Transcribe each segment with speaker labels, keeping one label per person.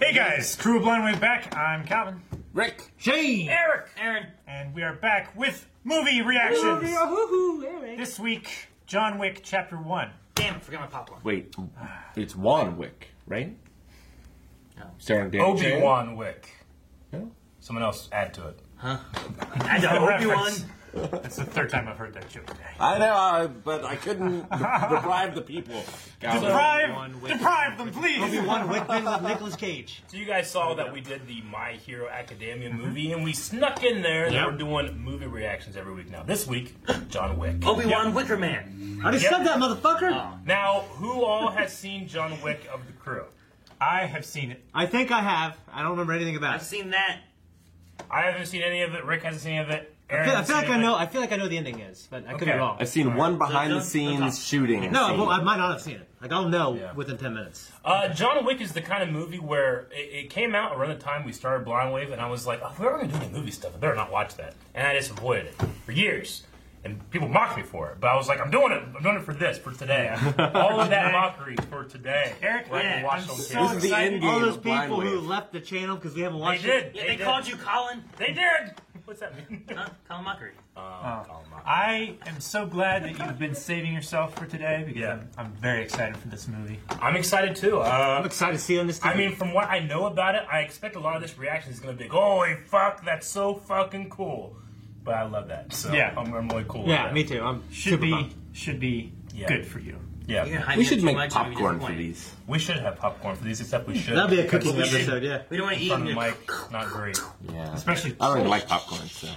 Speaker 1: Hey guys, crew of Blind Way back. I'm Calvin,
Speaker 2: Rick.
Speaker 3: Shane.
Speaker 1: Eric,
Speaker 3: Aaron.
Speaker 1: and we are back with movie reactions. This week, John Wick Chapter One.
Speaker 3: Damn, I forgot my pop one.
Speaker 2: Wait, it's Juan Wick, right?
Speaker 3: No.
Speaker 2: Starring Dan
Speaker 4: Obi Wan Wick.
Speaker 2: No?
Speaker 4: Someone else add to it.
Speaker 3: I know Obi Wan.
Speaker 1: reference. That's the third time I've heard that joke today.
Speaker 2: I know, I- but I couldn't deprive the people.
Speaker 1: Deprive,
Speaker 3: One Wick.
Speaker 1: deprive them, please.
Speaker 3: One Wickman with Nicolas Cage.
Speaker 4: So you guys saw that we did the My Hero Academia
Speaker 5: Mm-hmm.
Speaker 4: movie, and we snuck in there that
Speaker 1: Yeah.
Speaker 4: we're doing movie reactions every week now. This week, John Wick.
Speaker 3: Obi Wan Wicker Man.
Speaker 5: I just
Speaker 4: Yep.
Speaker 5: said that, motherfucker.
Speaker 4: Now, who all has seen John Wick of the crew?
Speaker 1: I have seen it.
Speaker 5: I think I have. I don't remember anything about
Speaker 3: I've
Speaker 5: it.
Speaker 3: seen that.
Speaker 4: I haven't seen any of it. Rick hasn't seen any of it.
Speaker 5: I
Speaker 4: Aaron
Speaker 5: feel, I
Speaker 4: hasn't
Speaker 5: feel like
Speaker 4: seen
Speaker 5: I
Speaker 4: any
Speaker 5: know.
Speaker 4: of it.
Speaker 5: I feel like I know the ending is, but I could
Speaker 4: Okay.
Speaker 5: be wrong.
Speaker 2: I've seen one behind the
Speaker 3: Don't- don't talk.
Speaker 2: scenes shooting.
Speaker 5: No,
Speaker 2: scene.
Speaker 5: well, I might not have seen it. Like I'll know
Speaker 4: Yeah.
Speaker 5: within ten minutes.
Speaker 4: Uh, John Wick is the kind of movie where it, it came out around the time we started Blind Wave, and I was like, oh, if we're ever going to do any movie stuff, I better not watch that. And I just avoided it for years. And people mocked me for it, but I was like, I'm doing it. I'm doing it for this, for today. All of that mockery for today.
Speaker 1: Eric,
Speaker 4: where I can
Speaker 3: yeah,
Speaker 4: watch
Speaker 1: I'm
Speaker 4: those
Speaker 1: so
Speaker 4: kids.
Speaker 2: this is the
Speaker 1: excited.
Speaker 2: end game.
Speaker 5: All those
Speaker 2: of Blind
Speaker 5: people who
Speaker 2: Wave.
Speaker 5: left the channel because we haven't
Speaker 4: They
Speaker 5: watched
Speaker 4: did.
Speaker 5: it.
Speaker 3: Yeah, they, called you Colin.
Speaker 4: They did. What's that mean?
Speaker 3: Huh? Colin Mockery.
Speaker 1: I am so glad that you've been saving yourself for today because
Speaker 4: Yeah.
Speaker 1: I'm, I'm very excited for this movie.
Speaker 4: I'm excited too. Uh,
Speaker 5: I'm excited to see on this. TV.
Speaker 4: I mean, from what I know about it, I expect a lot of this reaction is going to be, like, "Holy fuck, that's so fucking cool!" But I love that. So
Speaker 1: Yeah.
Speaker 4: I'm, I'm really cool.
Speaker 5: yeah,
Speaker 4: with that.
Speaker 5: me too. I'm
Speaker 1: Should
Speaker 5: super
Speaker 1: be
Speaker 5: pumped.
Speaker 1: should be
Speaker 4: Yeah.
Speaker 1: good for you.
Speaker 4: Yeah,
Speaker 3: You're gonna hype
Speaker 2: We
Speaker 3: me up
Speaker 2: should
Speaker 3: too
Speaker 2: make
Speaker 3: much, I'll be
Speaker 2: popcorn for
Speaker 3: disappointed.
Speaker 2: these.
Speaker 4: we should have popcorn for these, except we should.
Speaker 5: That'll be a
Speaker 4: because
Speaker 5: cooking
Speaker 4: we should-
Speaker 5: episode. Yeah,
Speaker 3: We don't want to eat.
Speaker 4: In front of
Speaker 3: you.
Speaker 4: Mike, not great.
Speaker 2: Yeah.
Speaker 1: Especially-
Speaker 2: I don't even like popcorn, so.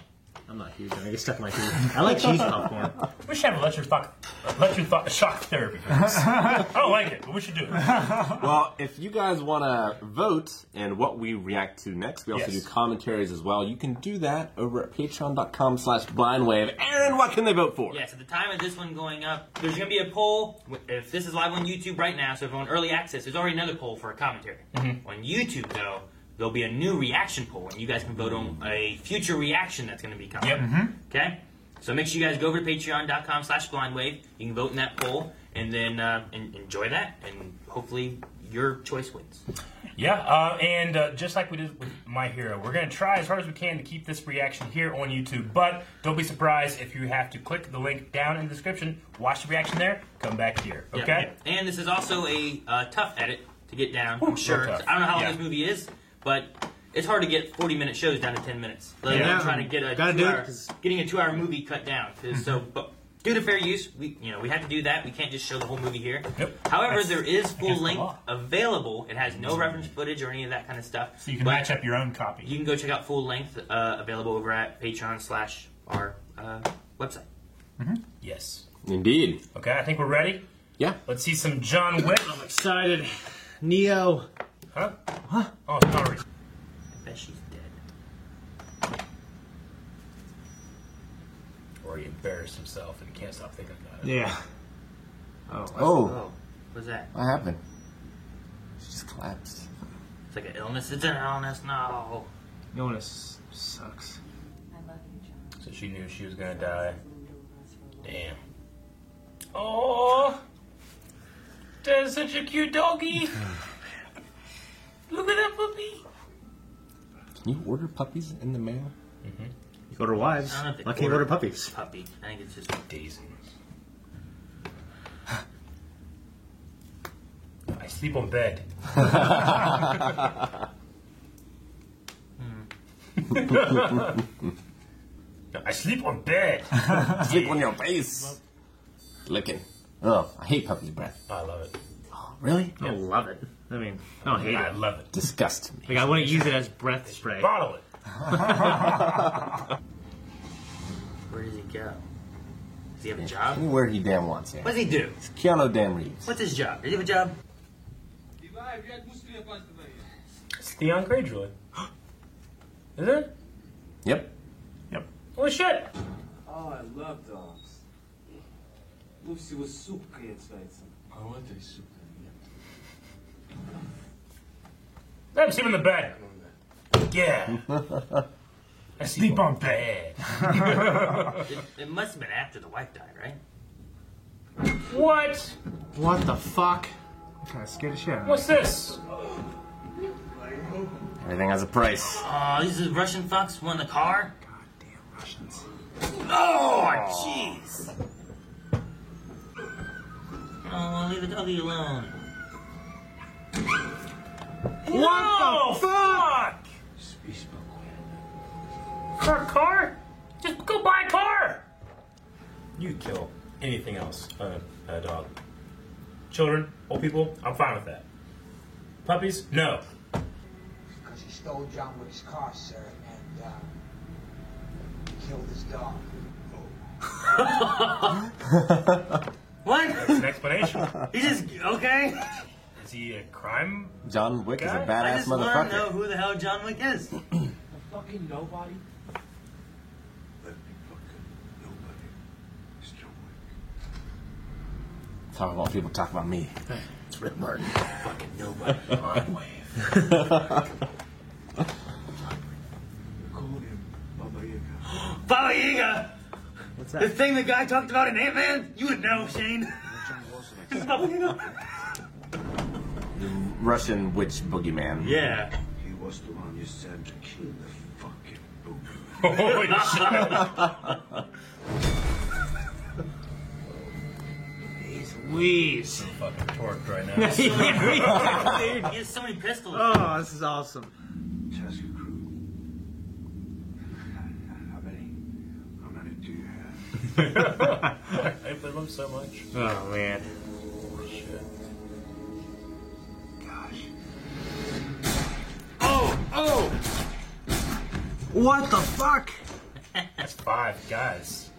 Speaker 5: I'm not huge. I get stuck in my teeth. I like cheese popcorn.
Speaker 4: We should have electric shock, electric tho- shock therapy. For this. I don't like it, but we should do it.
Speaker 2: Well, if you guys want to vote and what we react to next, we also
Speaker 4: Yes.
Speaker 2: do commentaries as well. You can do that over at patreon.com slash blindwave. Aaron, what can they vote for?
Speaker 3: Yes, at the time of this one going up, there's going to be a poll. If this is live on YouTube right now, so if you're on early access, there's already another poll for a commentary. On YouTube, though, there'll be a new reaction poll, and you guys can vote on a future reaction that's going to be coming.
Speaker 4: Yep.
Speaker 3: Okay? So make sure you guys go over to patreon.com slash blindwave. You can vote in that poll, and then uh, en- enjoy that, and hopefully your choice wins.
Speaker 4: Yeah, uh, and uh, just like we did with My Hero, we're going to try as hard as we can to keep this reaction here on YouTube. But don't be surprised if you have to click the link down in the description, watch the reaction there, come back here.
Speaker 3: Yeah.
Speaker 4: Okay? Oh,
Speaker 3: And this is also a uh, tough edit to get down.
Speaker 4: real
Speaker 3: I'm sure.
Speaker 4: tough.
Speaker 3: I don't know how long
Speaker 4: Yeah.
Speaker 3: this movie is, but it's hard to get 40 minute shows down to 10 minutes. Like,
Speaker 5: Yeah.
Speaker 3: I'm trying to get a
Speaker 5: Gotta do
Speaker 3: two
Speaker 5: it,
Speaker 3: hour,
Speaker 5: 'cause-
Speaker 3: getting a two hour movie cut down. 'cause So,
Speaker 4: Mm-hmm.
Speaker 3: but due to fair use, we you know we have to do that. We can't just show the whole movie here.
Speaker 4: Nope.
Speaker 3: However,
Speaker 4: That's
Speaker 3: there is full
Speaker 4: against the
Speaker 3: length
Speaker 4: law.
Speaker 3: available. It has no reference footage or any of that kind of stuff.
Speaker 1: So you can
Speaker 3: But
Speaker 1: match up your own copy.
Speaker 3: You can go check out full length uh, available over at Patreon slash our uh, website.
Speaker 4: Yes.
Speaker 2: Indeed.
Speaker 4: Okay, I think we're ready.
Speaker 2: Yeah.
Speaker 4: Let's see some John Wick.
Speaker 5: Excited. Neo.
Speaker 4: Huh? Oh, sorry.
Speaker 3: I bet she's dead.
Speaker 4: Or he embarrassed himself and can't stop thinking about it.
Speaker 5: Yeah.
Speaker 2: Oh,
Speaker 3: Oh, what's that?
Speaker 2: what happened? She just collapsed.
Speaker 3: It's like an illness. It's an illness. No.
Speaker 5: Jonas sucks.
Speaker 6: I love you, John.
Speaker 4: So she knew she was gonna die. Damn. Oh, that's such a cute doggy. Look at that puppy.
Speaker 2: Can you order puppies in the mail?
Speaker 5: You order wives.
Speaker 3: I don't know if they
Speaker 5: Why can't you
Speaker 3: order-
Speaker 5: order puppies?
Speaker 3: Puppy. I think it's just.
Speaker 4: Daisy. I sleep on bed. No, I sleep on bed.
Speaker 2: Sleep on your face. Licking. Oh, I hate puppy's breath.
Speaker 4: I love it.
Speaker 2: Really?
Speaker 5: I love it. I mean, I don't hate
Speaker 4: I
Speaker 5: it.
Speaker 4: love it.
Speaker 2: Disgust me.
Speaker 5: Like I wouldn't use it as breath spray.
Speaker 4: Bottle it.
Speaker 3: Where does he go? Does he have a job?
Speaker 2: Anywhere he damn wants it.
Speaker 3: What does he do?
Speaker 2: Keanu damn Reeves.
Speaker 3: What's his job? Does he have a job?
Speaker 4: It's Theon Greyjoy. Is it?
Speaker 2: Yep.
Speaker 1: Yep.
Speaker 4: Oh shit!
Speaker 7: Oh, I love dogs. Lucy was super kreativt.
Speaker 4: I'm sleeping in the bed. Yeah. I sleep on bed.
Speaker 3: It, it must have been after the wife died, right?
Speaker 4: What?
Speaker 5: What the fuck? I'm kind of scared as shit.
Speaker 4: What's this?
Speaker 2: Everything has a price.
Speaker 3: Aw, these are Russian fucks won the car? Goddamn Russians. Oh, jeez. Oh, leave the doggy alone.
Speaker 4: What the Oh, fuck? For a car? Just go buy a car. You could kill anything else on a, a dog. Children, old people, I'm fine with that. Puppies, no.
Speaker 6: because he stole John Wick's car, sir, and uh, killed his dog.
Speaker 3: What?
Speaker 4: An explanation.
Speaker 3: he just okay.
Speaker 4: Is he a crime?
Speaker 2: John Wick is a
Speaker 4: God,
Speaker 3: I
Speaker 2: badass
Speaker 3: just want to know
Speaker 2: motherfucker.
Speaker 3: who the hell John Wick is.
Speaker 7: A fucking nobody?
Speaker 2: Talk about people talk about me.
Speaker 5: It's Rick Martin.
Speaker 3: Fucking nobody. Baba Yaga.
Speaker 5: What's
Speaker 3: The
Speaker 5: that?
Speaker 3: thing the guy talked about in Ant Man. You would know, Shane. It's Baba Yaga.
Speaker 2: Russian witch boogeyman.
Speaker 3: Yeah.
Speaker 7: He was the one you sent to kill the fucking boomer.
Speaker 4: Holy shit.
Speaker 3: He's wheeze.
Speaker 4: fucking torqued right now.
Speaker 3: Dude, he has so many pistols.
Speaker 5: Oh, this is awesome.
Speaker 7: Task crew. How many? How many do you have?
Speaker 4: I love him so much.
Speaker 5: Oh man.
Speaker 7: Oh, Gosh.
Speaker 5: What the fuck?
Speaker 4: That's five guys.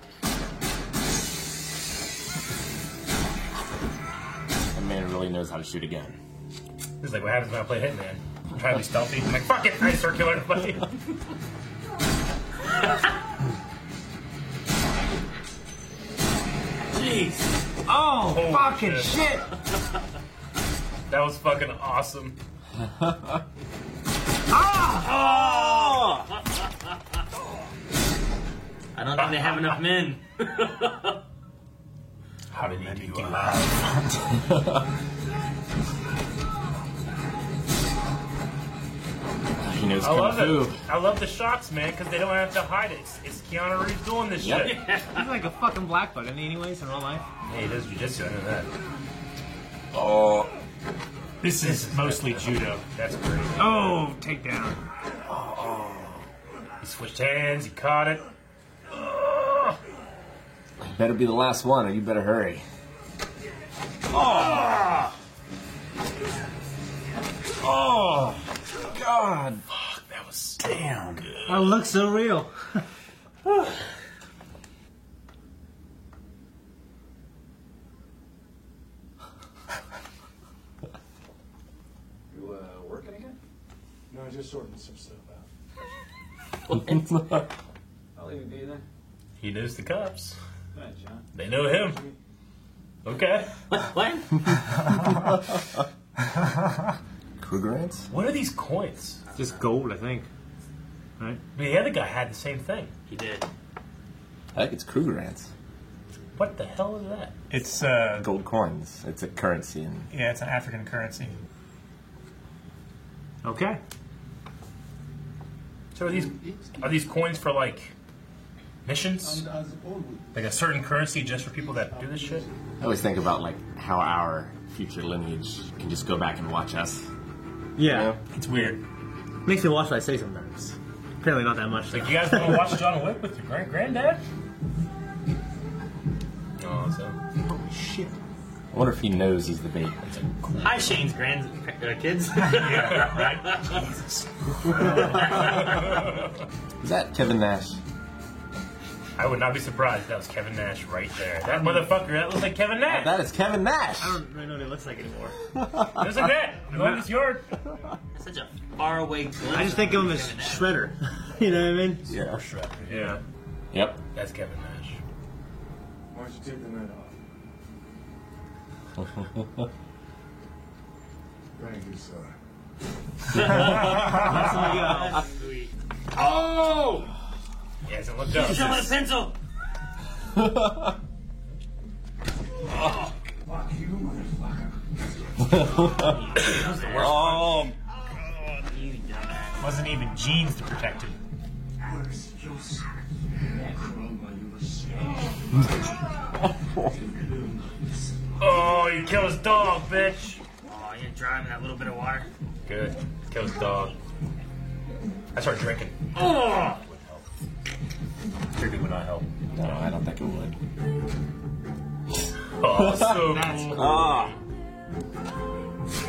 Speaker 2: That man really knows how to shoot a gun.
Speaker 4: This is like what happens when I play Hitman. Try to be stealthy. I'm like, fuck it, I circular everybody.
Speaker 3: Jeez.
Speaker 5: Oh,
Speaker 4: Holy
Speaker 5: fucking
Speaker 4: shit.
Speaker 5: shit.
Speaker 4: That was fucking awesome.
Speaker 3: I don't think they have enough men.
Speaker 4: How did he do that?
Speaker 2: He knows
Speaker 4: I
Speaker 2: kung
Speaker 4: love
Speaker 2: fu.
Speaker 4: it. I love the shots, man, because they don't have to hide it. It's, it's Keanu Reeves doing this
Speaker 2: Yep.
Speaker 4: shit.
Speaker 5: He's like a fucking blackbutt, isn't he, anyways, in real life?
Speaker 4: Hey, he does jujitsu. I know that.
Speaker 2: Oh,
Speaker 4: This is mostly judo. That's great.
Speaker 5: Oh, takedown.
Speaker 4: He switched hands. He caught it. Ugh.
Speaker 2: better be the last one, or you better hurry. Oh, oh, God,
Speaker 4: That was
Speaker 2: damn.
Speaker 5: That looks so real.
Speaker 7: You uh, working again?
Speaker 8: No, I just sorting some stuff out.
Speaker 7: I'll leave it be then.
Speaker 4: He knows the cops.
Speaker 7: Good night, John.
Speaker 4: They know him. Okay.
Speaker 3: what?
Speaker 2: Kruger ants?
Speaker 4: What are these coins?
Speaker 5: Just gold, I think.
Speaker 4: I mean, the other guy had the same thing.
Speaker 3: He did.
Speaker 2: I think it's Kruger ants.
Speaker 4: What the hell is that?
Speaker 1: It's uh,
Speaker 2: Gold coins. It's a currency in
Speaker 1: yeah, it's an African currency.
Speaker 5: Okay.
Speaker 4: So are these are these coins for like missions?
Speaker 8: And as always,
Speaker 4: Like a certain currency just for people that do this shit?
Speaker 2: I always think about like how our future lineage can just go back and watch us.
Speaker 5: Yeah.
Speaker 4: It's weird.
Speaker 5: Makes me watch what I say sometimes. Apparently not that much.
Speaker 4: Like you guys want to watch John Wick with your grand granddad? Oh, so
Speaker 2: I wonder if he knows he's the bait.
Speaker 3: Hi, Shane's grand uh, kids.
Speaker 2: Is that Kevin Nash?
Speaker 4: I would not be surprised. That was Kevin Nash right there. That motherfucker. That looks like Kevin Nash.
Speaker 2: That is Kevin Nash.
Speaker 5: I don't really know what it looks like anymore.
Speaker 4: There's a net. Well, it's your.
Speaker 3: Such a faraway glimpse.
Speaker 5: I just think of him as Shredder. you know what I mean?
Speaker 2: Yeah.
Speaker 4: Yeah,
Speaker 2: Yep.
Speaker 4: that's Kevin Nash.
Speaker 8: why don't you take the night off? Thank you, sir.
Speaker 3: That's Oh, sweet.
Speaker 4: He hasn't looked up.
Speaker 3: Show him a pencil.
Speaker 7: Fuck you, motherfucker.
Speaker 2: Um,
Speaker 3: You dumbass.
Speaker 1: Wasn't even jeans to protect him.
Speaker 4: Oh, you killed his dog, bitch.
Speaker 3: Aw, Oh, you're driving that little bit of water.
Speaker 4: Good. Killed his dog. I start drinking.
Speaker 3: Oh!
Speaker 4: Drinking would not help.
Speaker 2: No, I don't think it would.
Speaker 4: Oh, so
Speaker 3: That's
Speaker 4: cool.
Speaker 2: Ah,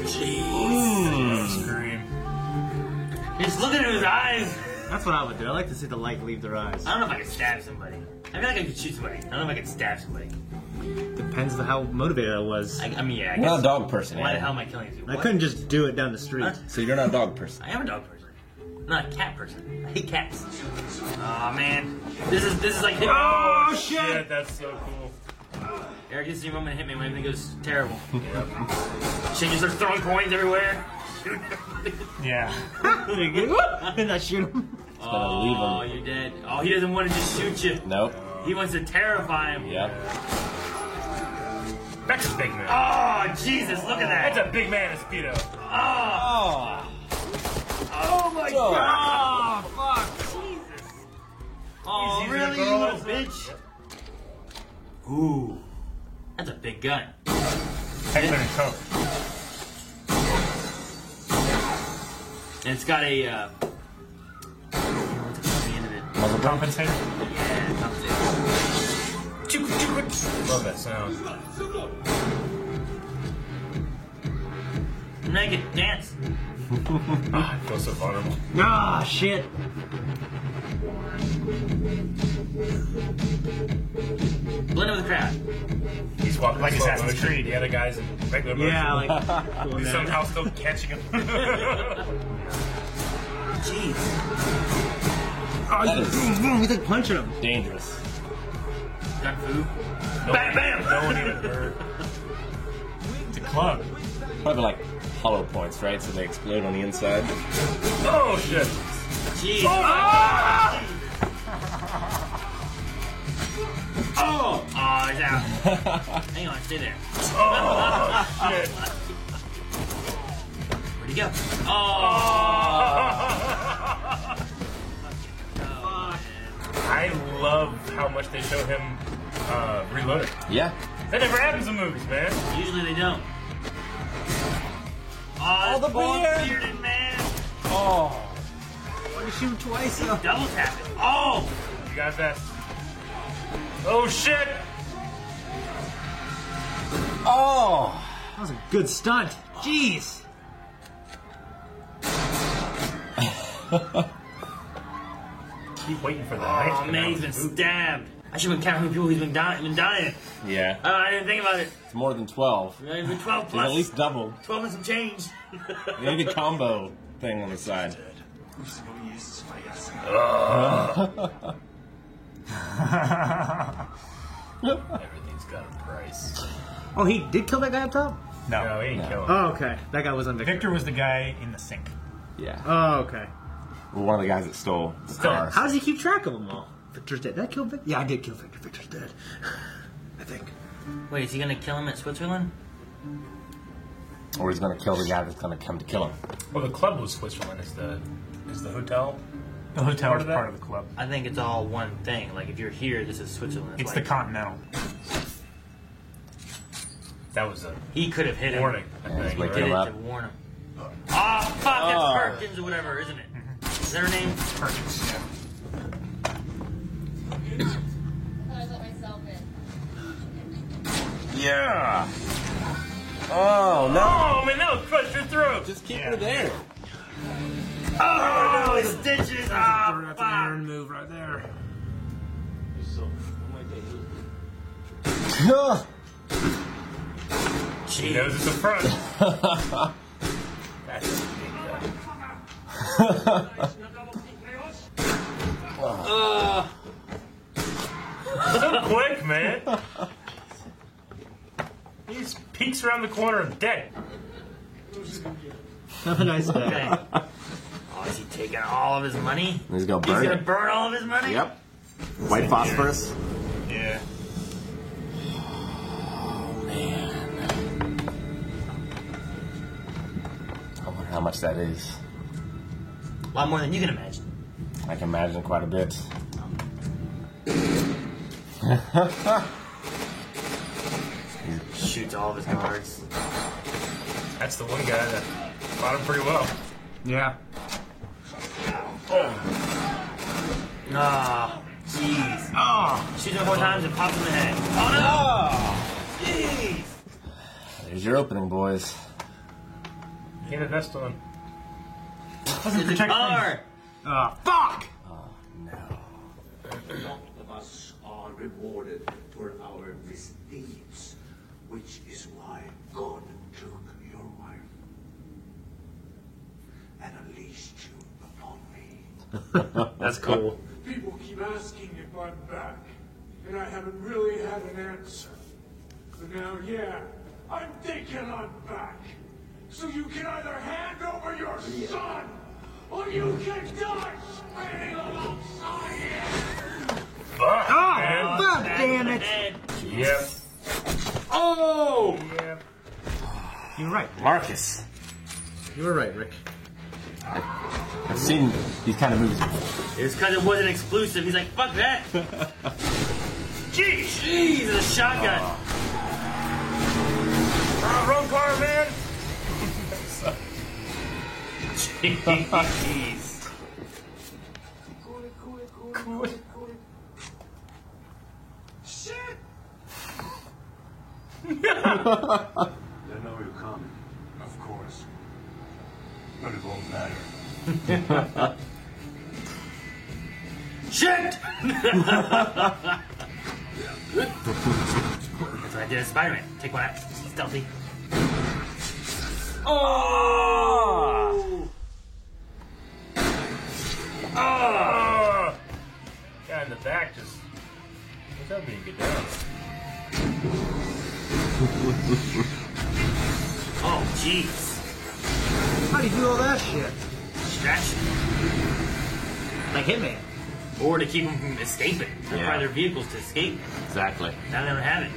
Speaker 4: Scream.
Speaker 3: Just look at his eyes.
Speaker 5: That's what I would do. I like to see the light leave their eyes.
Speaker 3: I don't know if I could stab somebody. I feel like I could shoot somebody. I don't know if I could stab somebody.
Speaker 5: Depends on how motivated I was.
Speaker 3: I,
Speaker 5: I,
Speaker 3: I mean, yeah, I
Speaker 2: you're not
Speaker 3: guess.
Speaker 2: a dog person.
Speaker 3: Why the
Speaker 2: Aaron.
Speaker 3: hell am I killing you? What?
Speaker 5: couldn't just do it down the street.
Speaker 3: Huh?
Speaker 2: So you're not a dog person.
Speaker 3: I am a dog person. I'm not a cat person. I hate cats. Aw, man. This is this is like
Speaker 4: Oh, shit. That's so cool.
Speaker 3: Eric, this is your moment to hit me when everything goes terrible. Shane just starts throwing coins everywhere.
Speaker 1: Yeah.
Speaker 5: then I shoot him.
Speaker 2: gotta leave him.
Speaker 3: Oh, you're dead. Oh, he doesn't want to just shoot you.
Speaker 2: Nope.
Speaker 3: He wants to terrify him.
Speaker 2: Yep.
Speaker 4: That's a big man.
Speaker 3: Oh, Jesus, look at
Speaker 4: That's
Speaker 3: that.
Speaker 4: a big man, Espedo.
Speaker 3: Oh,
Speaker 2: Oh.
Speaker 3: oh my
Speaker 2: Dog.
Speaker 3: god. Oh,
Speaker 4: He's using
Speaker 3: really,
Speaker 4: the
Speaker 3: you little
Speaker 4: girls.
Speaker 3: bitch? Ooh. That's a big gun.
Speaker 4: Heckler and Koch.
Speaker 3: And it's got a, uh... what's it called at the end of it?
Speaker 2: Muzzle brake.
Speaker 4: Compensator.
Speaker 3: Yeah, that's
Speaker 4: Love that sound.
Speaker 3: it. Naked dance.
Speaker 4: Ah, I feel so vulnerable.
Speaker 5: Ah, shit.
Speaker 3: Blend in with the crowd.
Speaker 4: He's walking
Speaker 1: Like
Speaker 4: in slow
Speaker 1: Assassin's
Speaker 4: motion.
Speaker 1: Creed.
Speaker 4: The other guy's in regular motion.
Speaker 5: Yeah, like. doing
Speaker 4: He's
Speaker 5: that.
Speaker 4: somehow still catching him.
Speaker 3: Jeez.
Speaker 5: Oh, you, boom, boom, he's like punching him.
Speaker 2: Dangerous.
Speaker 3: Got food.
Speaker 4: bam, bam! No one even heard.
Speaker 1: It's a club.
Speaker 2: Probably like hollow points, right? So they explode on the inside.
Speaker 4: Oh, shit.
Speaker 3: Jeez.
Speaker 4: Ah!
Speaker 3: Oh! Oh, it's out. Hang on, stay there.
Speaker 4: Oh, shit.
Speaker 3: Where'd he go? Oh!
Speaker 4: I love how much they show him uh, reloaded.
Speaker 2: Yeah.
Speaker 4: That never happens in movies, man.
Speaker 3: Usually they don't. Oh,
Speaker 2: the
Speaker 3: the bald
Speaker 2: beard.
Speaker 3: bearded man.
Speaker 2: Oh.
Speaker 5: Why you shoot him twice? though?
Speaker 3: Double tap it. Oh!
Speaker 4: You got that. Oh, shit.
Speaker 2: Oh.
Speaker 5: That was a good stunt. Jeez.
Speaker 4: Keep waiting for that.
Speaker 3: Oh, man, he's been stabbed. I should have been counting how many people he's been dying. Been dying.
Speaker 2: Yeah.
Speaker 3: Oh, I didn't think about it.
Speaker 2: It's more than twelve.
Speaker 3: It's been 12
Speaker 2: It's at
Speaker 3: plus.
Speaker 2: least double.
Speaker 3: 12 and some change.
Speaker 2: They need a combo thing on the side.
Speaker 4: Everything's got a price.
Speaker 5: Oh, he did kill that guy up top?
Speaker 1: No.
Speaker 4: No, he ain't killing him.
Speaker 5: Oh, okay. That guy was on Victor.
Speaker 1: Victor was the guy in the sink.
Speaker 2: Yeah.
Speaker 5: Oh, okay.
Speaker 2: One of the guys that stole the car.
Speaker 5: How does he keep track of them all? Victor's dead. Did I kill Victor? Yeah, I did kill Victor. Victor's dead. I think.
Speaker 3: Wait, is he gonna kill him at Switzerland?
Speaker 2: Or he's gonna kill the guy that's gonna come to kill him.
Speaker 4: Well, the club was Switzerland. Is the is the hotel?
Speaker 1: The hotel
Speaker 4: Part
Speaker 1: is
Speaker 4: of that?
Speaker 1: part of the club.
Speaker 3: I think it's all one thing. Like, if you're here, this is Switzerland.
Speaker 1: It's the
Speaker 3: like,
Speaker 1: Continental.
Speaker 4: That was a
Speaker 3: He could have hit him.
Speaker 4: warning. I
Speaker 2: Yeah, he's
Speaker 4: think.
Speaker 2: waking
Speaker 3: Did
Speaker 4: right?
Speaker 3: it
Speaker 2: Up.
Speaker 3: to warn him. Oh, fuck, that's
Speaker 2: Oh.
Speaker 3: Perkins or whatever, isn't it? Is that her name?
Speaker 1: Perkins. Yeah.
Speaker 9: I let myself in.
Speaker 2: Yeah. Oh no.
Speaker 4: Oh man, that was crushed your throat.
Speaker 2: Just keep her there.
Speaker 3: Oh, his stitches! Ah, fuck!
Speaker 5: move right there.
Speaker 2: Ugh.
Speaker 4: He knows it's a front. That's a big gun. so quick, man. He just peeks around the corner and dead.
Speaker 5: Have a nice day.
Speaker 3: Okay. Oh, is he taking all of his money?
Speaker 2: He's gonna
Speaker 3: He's
Speaker 2: burn
Speaker 3: gonna
Speaker 2: it.
Speaker 3: burn all of his money?
Speaker 2: Yep. White phosphorus.
Speaker 1: Yeah.
Speaker 2: I wonder how much that is.
Speaker 3: A lot more than you can imagine.
Speaker 2: I can imagine quite a bit.
Speaker 3: Shoots all of his cards.
Speaker 4: That's the one guy that fought him pretty well.
Speaker 5: Yeah.
Speaker 3: Ah, jeez. Ah, shoots him four times and pops him in the head. Oh no! Jeez.
Speaker 2: There's your opening, boys.
Speaker 4: Get a vest on.
Speaker 1: Doesn't protect me.
Speaker 3: R.
Speaker 7: None of us are rewarded for our misdeeds, which is why God took your wife and unleashed you upon me.
Speaker 4: That's cool.
Speaker 8: People keep asking if I'm back, and I haven't really had an answer. But now, yeah, I'm thinking I'm back. So you can either hand over your son, or you can die screaming alongside him.
Speaker 4: Fuck, man.
Speaker 5: God damn it!
Speaker 3: Head.
Speaker 4: Yep.
Speaker 8: Oh!
Speaker 4: Yep.
Speaker 5: You're right.
Speaker 2: Marcus.
Speaker 5: You were right, Rick.
Speaker 2: I've seen these kind of movies before.
Speaker 3: It's because it wasn't exclusive. He's like, fuck that. Jeez. Jeez, it's a shotgun.
Speaker 4: Ah, wrong car, man.
Speaker 3: Jeez.
Speaker 8: Shit!
Speaker 7: They know you're coming. Of course. But it won't matter.
Speaker 3: Shit! That's what I did as Spider-Man. Take one out. Stealthy. Oh!
Speaker 4: Ah. Guy in the back just. What's up, being good down?
Speaker 3: Oh, jeez.
Speaker 5: How do you do all that shit?
Speaker 3: Distraction.
Speaker 5: Like Hitman.
Speaker 3: Or to keep them from escaping. Or
Speaker 2: Yeah.
Speaker 3: Try their vehicles to escape.
Speaker 2: Exactly.
Speaker 3: Now they don't have it.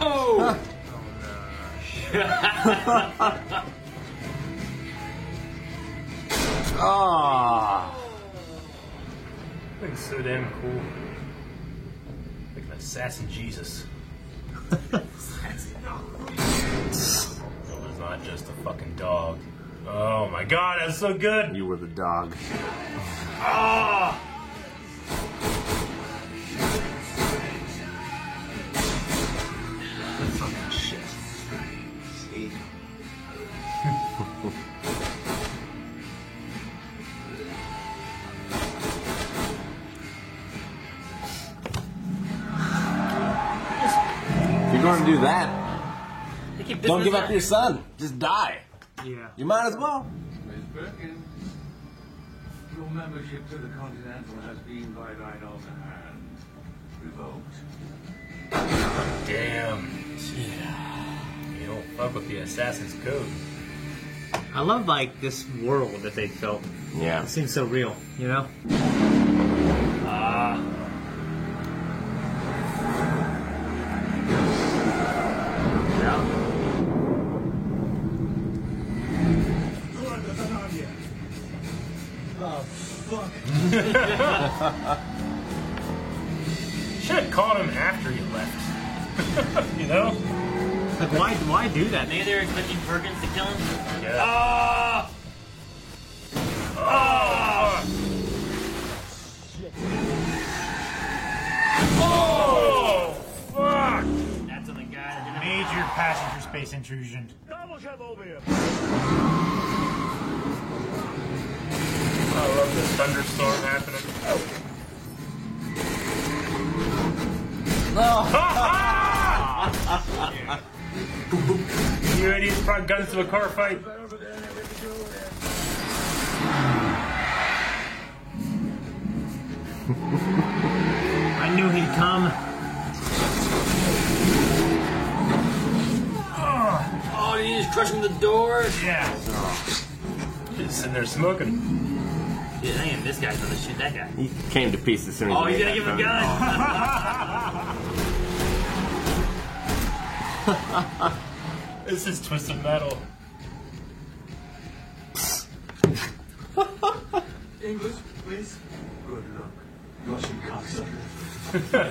Speaker 3: Oh!
Speaker 2: Ah.
Speaker 4: Looking so damn cool. Like an assassin Jesus. That was not just a fucking dog. Oh my god, that's so good.
Speaker 2: You were the dog. If you're going to do that,
Speaker 3: They keep
Speaker 2: don't
Speaker 3: business
Speaker 2: give up
Speaker 3: up.
Speaker 2: your son. Just die.
Speaker 5: Yeah.
Speaker 2: You might as well.
Speaker 7: Miss Perkins, your membership to the Continental has been by thine own hand revoked.
Speaker 4: Damn. You don't fuck with the assassin's code.
Speaker 5: I love like this world that they built.
Speaker 2: Yeah.
Speaker 5: It seems so real, you know?
Speaker 4: Should have called him after you left. you know?
Speaker 5: Like why why do that?
Speaker 3: Maybe they're expecting Perkins to kill him.
Speaker 4: Yeah.
Speaker 3: Ah!
Speaker 1: Ah!
Speaker 4: Oh, fuck!
Speaker 3: That's on the guy that didn't
Speaker 1: Major passenger space intrusion.
Speaker 4: I love this thunderstorm happening. Oh. you idiots brought guns to a car fight.
Speaker 5: I knew he'd come.
Speaker 3: Oh, did you just crush him with the door?
Speaker 4: Yeah. Just sitting there smoking.
Speaker 3: Yeah, damn, this guy's gonna shoot that guy.
Speaker 2: He came to peace as soon as
Speaker 3: Oh,
Speaker 2: he
Speaker 3: he's gonna
Speaker 2: made
Speaker 3: give him a
Speaker 2: that phone call.
Speaker 3: gun.
Speaker 4: This is twisted metal.
Speaker 8: English, please.
Speaker 7: Good luck. Yoshikasa.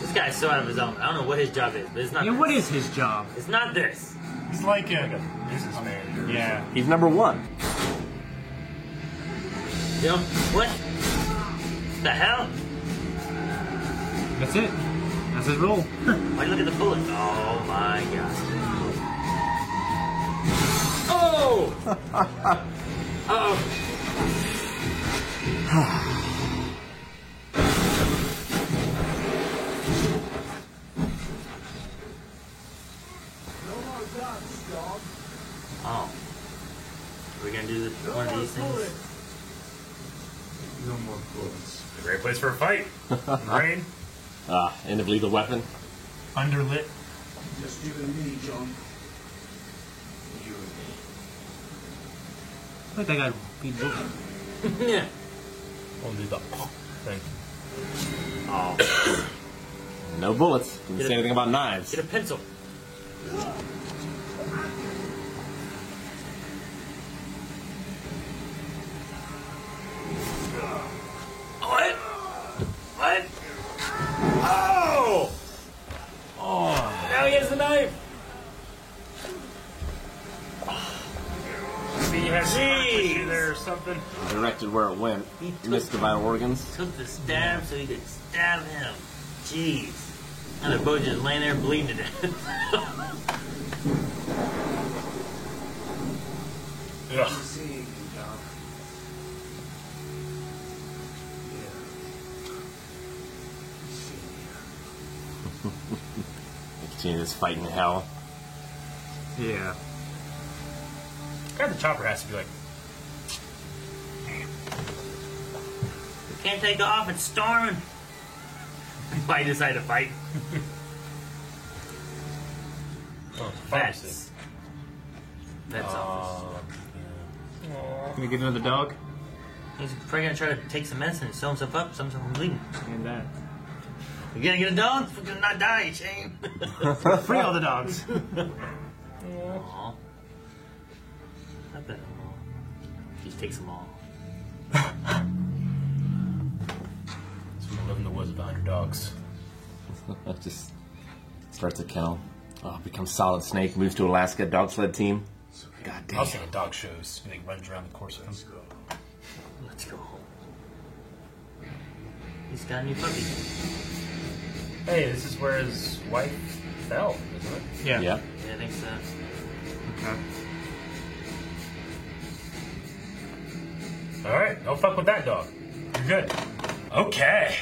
Speaker 3: This guy's so out of his element. I don't know what his job is, but it's not.
Speaker 5: Yeah,
Speaker 3: this.
Speaker 5: what is his job?
Speaker 3: It's not this.
Speaker 1: He's like a business manager. Yeah.
Speaker 2: He's number one.
Speaker 3: You know what? The hell?
Speaker 5: That's it. That's his role.
Speaker 3: Why look at the bullets? Oh my gosh. Oh. oh.
Speaker 8: No more guns, dog.
Speaker 3: Oh. We're gonna do this, one of these things.
Speaker 7: No more bullets.
Speaker 4: A great place for a fight. Rain.
Speaker 2: Ah, end of lethal weapon.
Speaker 1: Underlit.
Speaker 7: Just you and me, John. You and me.
Speaker 5: Look, I got beat up.
Speaker 3: yeah.
Speaker 4: I'll do the thing.
Speaker 2: No bullets. Didn't say anything about knives.
Speaker 3: Get a pencil. What? What? Oh! Oh! Now he has the knife.
Speaker 4: See, you had some
Speaker 3: Jeez.
Speaker 4: issue there or something.
Speaker 2: Directed where it went. Missed the vital organs.
Speaker 3: Took the stab so he could stab him. Jeez. And the boat just laying there bleeding to death.
Speaker 4: Ugh.
Speaker 7: Seeing you, Doc. Yeah. Seeing you.
Speaker 2: They continue this fight in hell.
Speaker 5: Yeah.
Speaker 4: Guy with the chopper has to be like,
Speaker 3: Can't take off, it's storming. Why decide to fight?
Speaker 4: oh,
Speaker 3: That's that's office.
Speaker 5: Gonna get another dog?
Speaker 3: He's probably gonna try to take some medicine and sew himself up, sew himself from bleeding.
Speaker 5: And that.
Speaker 3: You gotta get a dog, we're gonna not die, Shane.
Speaker 5: Free all the dogs.
Speaker 3: Aw. I bet all. He takes them all.
Speaker 4: Someone living in the woods with 100 dogs.
Speaker 2: That just starts a kennel. Oh, becomes solid snake. Moves to Alaska dog sled team. God
Speaker 4: I
Speaker 2: damn.
Speaker 3: Oh,
Speaker 4: was thinking dog shows. And he runs around the course of them.
Speaker 3: Let's go home. He's got a new puppy.
Speaker 4: Hey, this is where his wife fell, isn't it?
Speaker 5: Yeah.
Speaker 2: Yeah.
Speaker 3: Yeah, I think so.
Speaker 5: Okay.
Speaker 4: All right, don't fuck with that dog. You're good. Okay,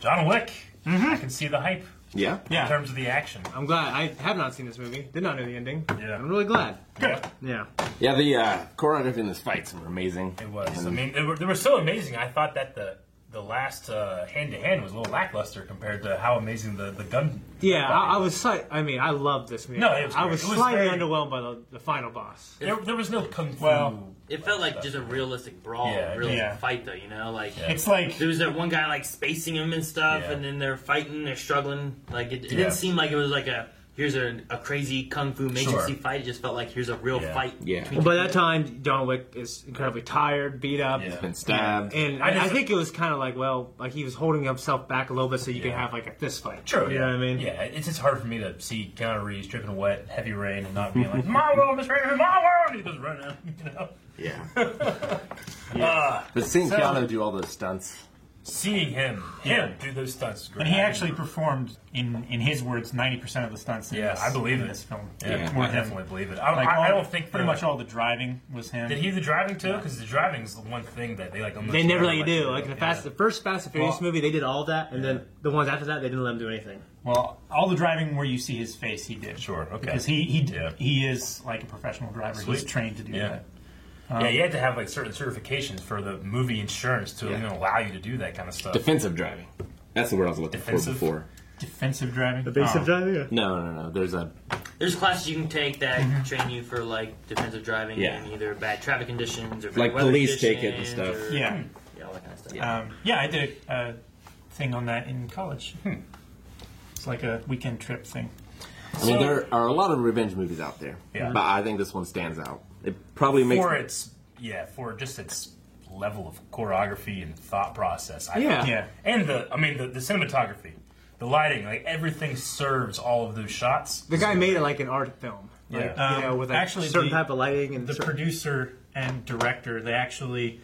Speaker 4: John Wick. I can see the hype
Speaker 2: Yeah.
Speaker 4: in
Speaker 5: Yeah.
Speaker 4: terms of the action.
Speaker 5: I'm glad. I have not seen this movie. Did not know the ending.
Speaker 4: Yeah.
Speaker 5: I'm really glad.
Speaker 4: Good.
Speaker 5: Yeah.
Speaker 2: Yeah, the uh, choreography in this fight's amazing.
Speaker 4: It was. I
Speaker 2: And
Speaker 4: mean, they were, they were so amazing. I thought that the the last hand to hand was a little lackluster compared to how amazing the the gun.
Speaker 5: Yeah, I, I was. Slight, I mean, I loved this movie.
Speaker 4: No, it was
Speaker 5: I
Speaker 4: great.
Speaker 5: was
Speaker 4: It was
Speaker 5: slightly
Speaker 4: very-
Speaker 5: underwhelmed by the, the final boss.
Speaker 4: There, there was no kung fu.
Speaker 1: Well,
Speaker 3: It felt like just a realistic brawl,
Speaker 4: Yeah,
Speaker 3: a realistic
Speaker 1: yeah.
Speaker 3: fight though, you know? Like
Speaker 4: Yeah.
Speaker 1: It's like
Speaker 3: there was that one guy like spacing him and stuff,
Speaker 4: Yeah.
Speaker 3: and then they're fighting, they're struggling. Like it, it
Speaker 4: Yeah.
Speaker 3: didn't seem like it was like a here's a, a crazy kung fu agency
Speaker 4: Sure.
Speaker 3: fight. It just felt like here's a real
Speaker 4: Yeah.
Speaker 3: fight.
Speaker 2: Yeah.
Speaker 3: between
Speaker 5: Well, by
Speaker 3: two
Speaker 5: that time, John Wick is incredibly tired, beat up,
Speaker 4: Yeah.
Speaker 2: been stabbed.
Speaker 5: and
Speaker 4: I
Speaker 5: I,
Speaker 4: just-
Speaker 5: I think it was kind of like, well, like he was holding himself back a little bit so you could
Speaker 4: Yeah.
Speaker 5: have like a fist fight.
Speaker 4: True.
Speaker 5: You
Speaker 4: yeah.
Speaker 5: know what I mean?
Speaker 4: Yeah, it's just hard for me to see Keanu Reeves dripping wet, heavy rain, and not being like, "My world, Miss Raven, my world." He just running out, you know. Uh,
Speaker 2: Yeah. But seeing Keanu do all those stunts.
Speaker 4: Seeing him, him do those stunts, is great.
Speaker 1: and he actually performed in in his words 90% of the stunts in
Speaker 4: Yeah,
Speaker 1: this,
Speaker 4: I believe
Speaker 1: in
Speaker 4: it.
Speaker 1: this film.
Speaker 4: Yeah,
Speaker 1: More
Speaker 4: I
Speaker 1: him.
Speaker 4: definitely believe it. I,
Speaker 1: Like
Speaker 4: I, I
Speaker 1: all-
Speaker 4: don't think
Speaker 1: pretty
Speaker 4: the-
Speaker 1: much all the driving was him.
Speaker 4: Did he do the driving too? Because the driving's the one thing that they like. almost
Speaker 5: They never let you
Speaker 4: let
Speaker 5: do. Like in the fast, the first Fast and Furious
Speaker 1: Well-
Speaker 5: movie, they did all that, and then the ones after that, they didn't let him do anything.
Speaker 1: Well, all the driving where you see his face, he did.
Speaker 4: Sure, okay.
Speaker 1: Because he he
Speaker 4: Yeah.
Speaker 1: he is like a professional driver. He's
Speaker 4: Sweet.
Speaker 1: trained to do
Speaker 4: Yeah.
Speaker 1: that. Um,
Speaker 4: yeah, you had to have like certain certifications for the movie insurance to
Speaker 2: Yeah.
Speaker 4: you know, allow you to do that kind of stuff.
Speaker 2: Defensive driving. That's the word I was looking
Speaker 4: Defensive?
Speaker 2: for before.
Speaker 1: Defensive driving. Oh.
Speaker 5: driving.
Speaker 2: No, no, no. There's a.
Speaker 3: There's classes you can take
Speaker 1: Mm-hmm.
Speaker 3: that train you for like defensive driving
Speaker 2: Yeah.
Speaker 3: in either bad traffic conditions or bad
Speaker 2: Like
Speaker 3: weather
Speaker 2: police take it and
Speaker 3: conditions
Speaker 2: stuff.
Speaker 3: or-
Speaker 1: Yeah.
Speaker 3: yeah, all that kind of stuff.
Speaker 1: Um, yeah, I did
Speaker 4: Hmm.
Speaker 1: a thing on that in college. It's like a weekend trip thing.
Speaker 2: I mean, there are a lot of revenge movies out there,
Speaker 4: Yeah.
Speaker 2: but I think this one stands out. It probably makes
Speaker 4: for its yeah for just its level of choreography and thought process. I
Speaker 5: Yeah.
Speaker 4: yeah, and the I mean the, the cinematography, the lighting, like everything serves all of those shots.
Speaker 5: The Uh, guy made it like an art film. Like,
Speaker 1: Uh,
Speaker 4: Yeah.
Speaker 5: you know, with like
Speaker 1: actually,
Speaker 5: certain
Speaker 1: the-
Speaker 5: type of lighting and
Speaker 1: the
Speaker 5: certain-
Speaker 1: producer and director they actually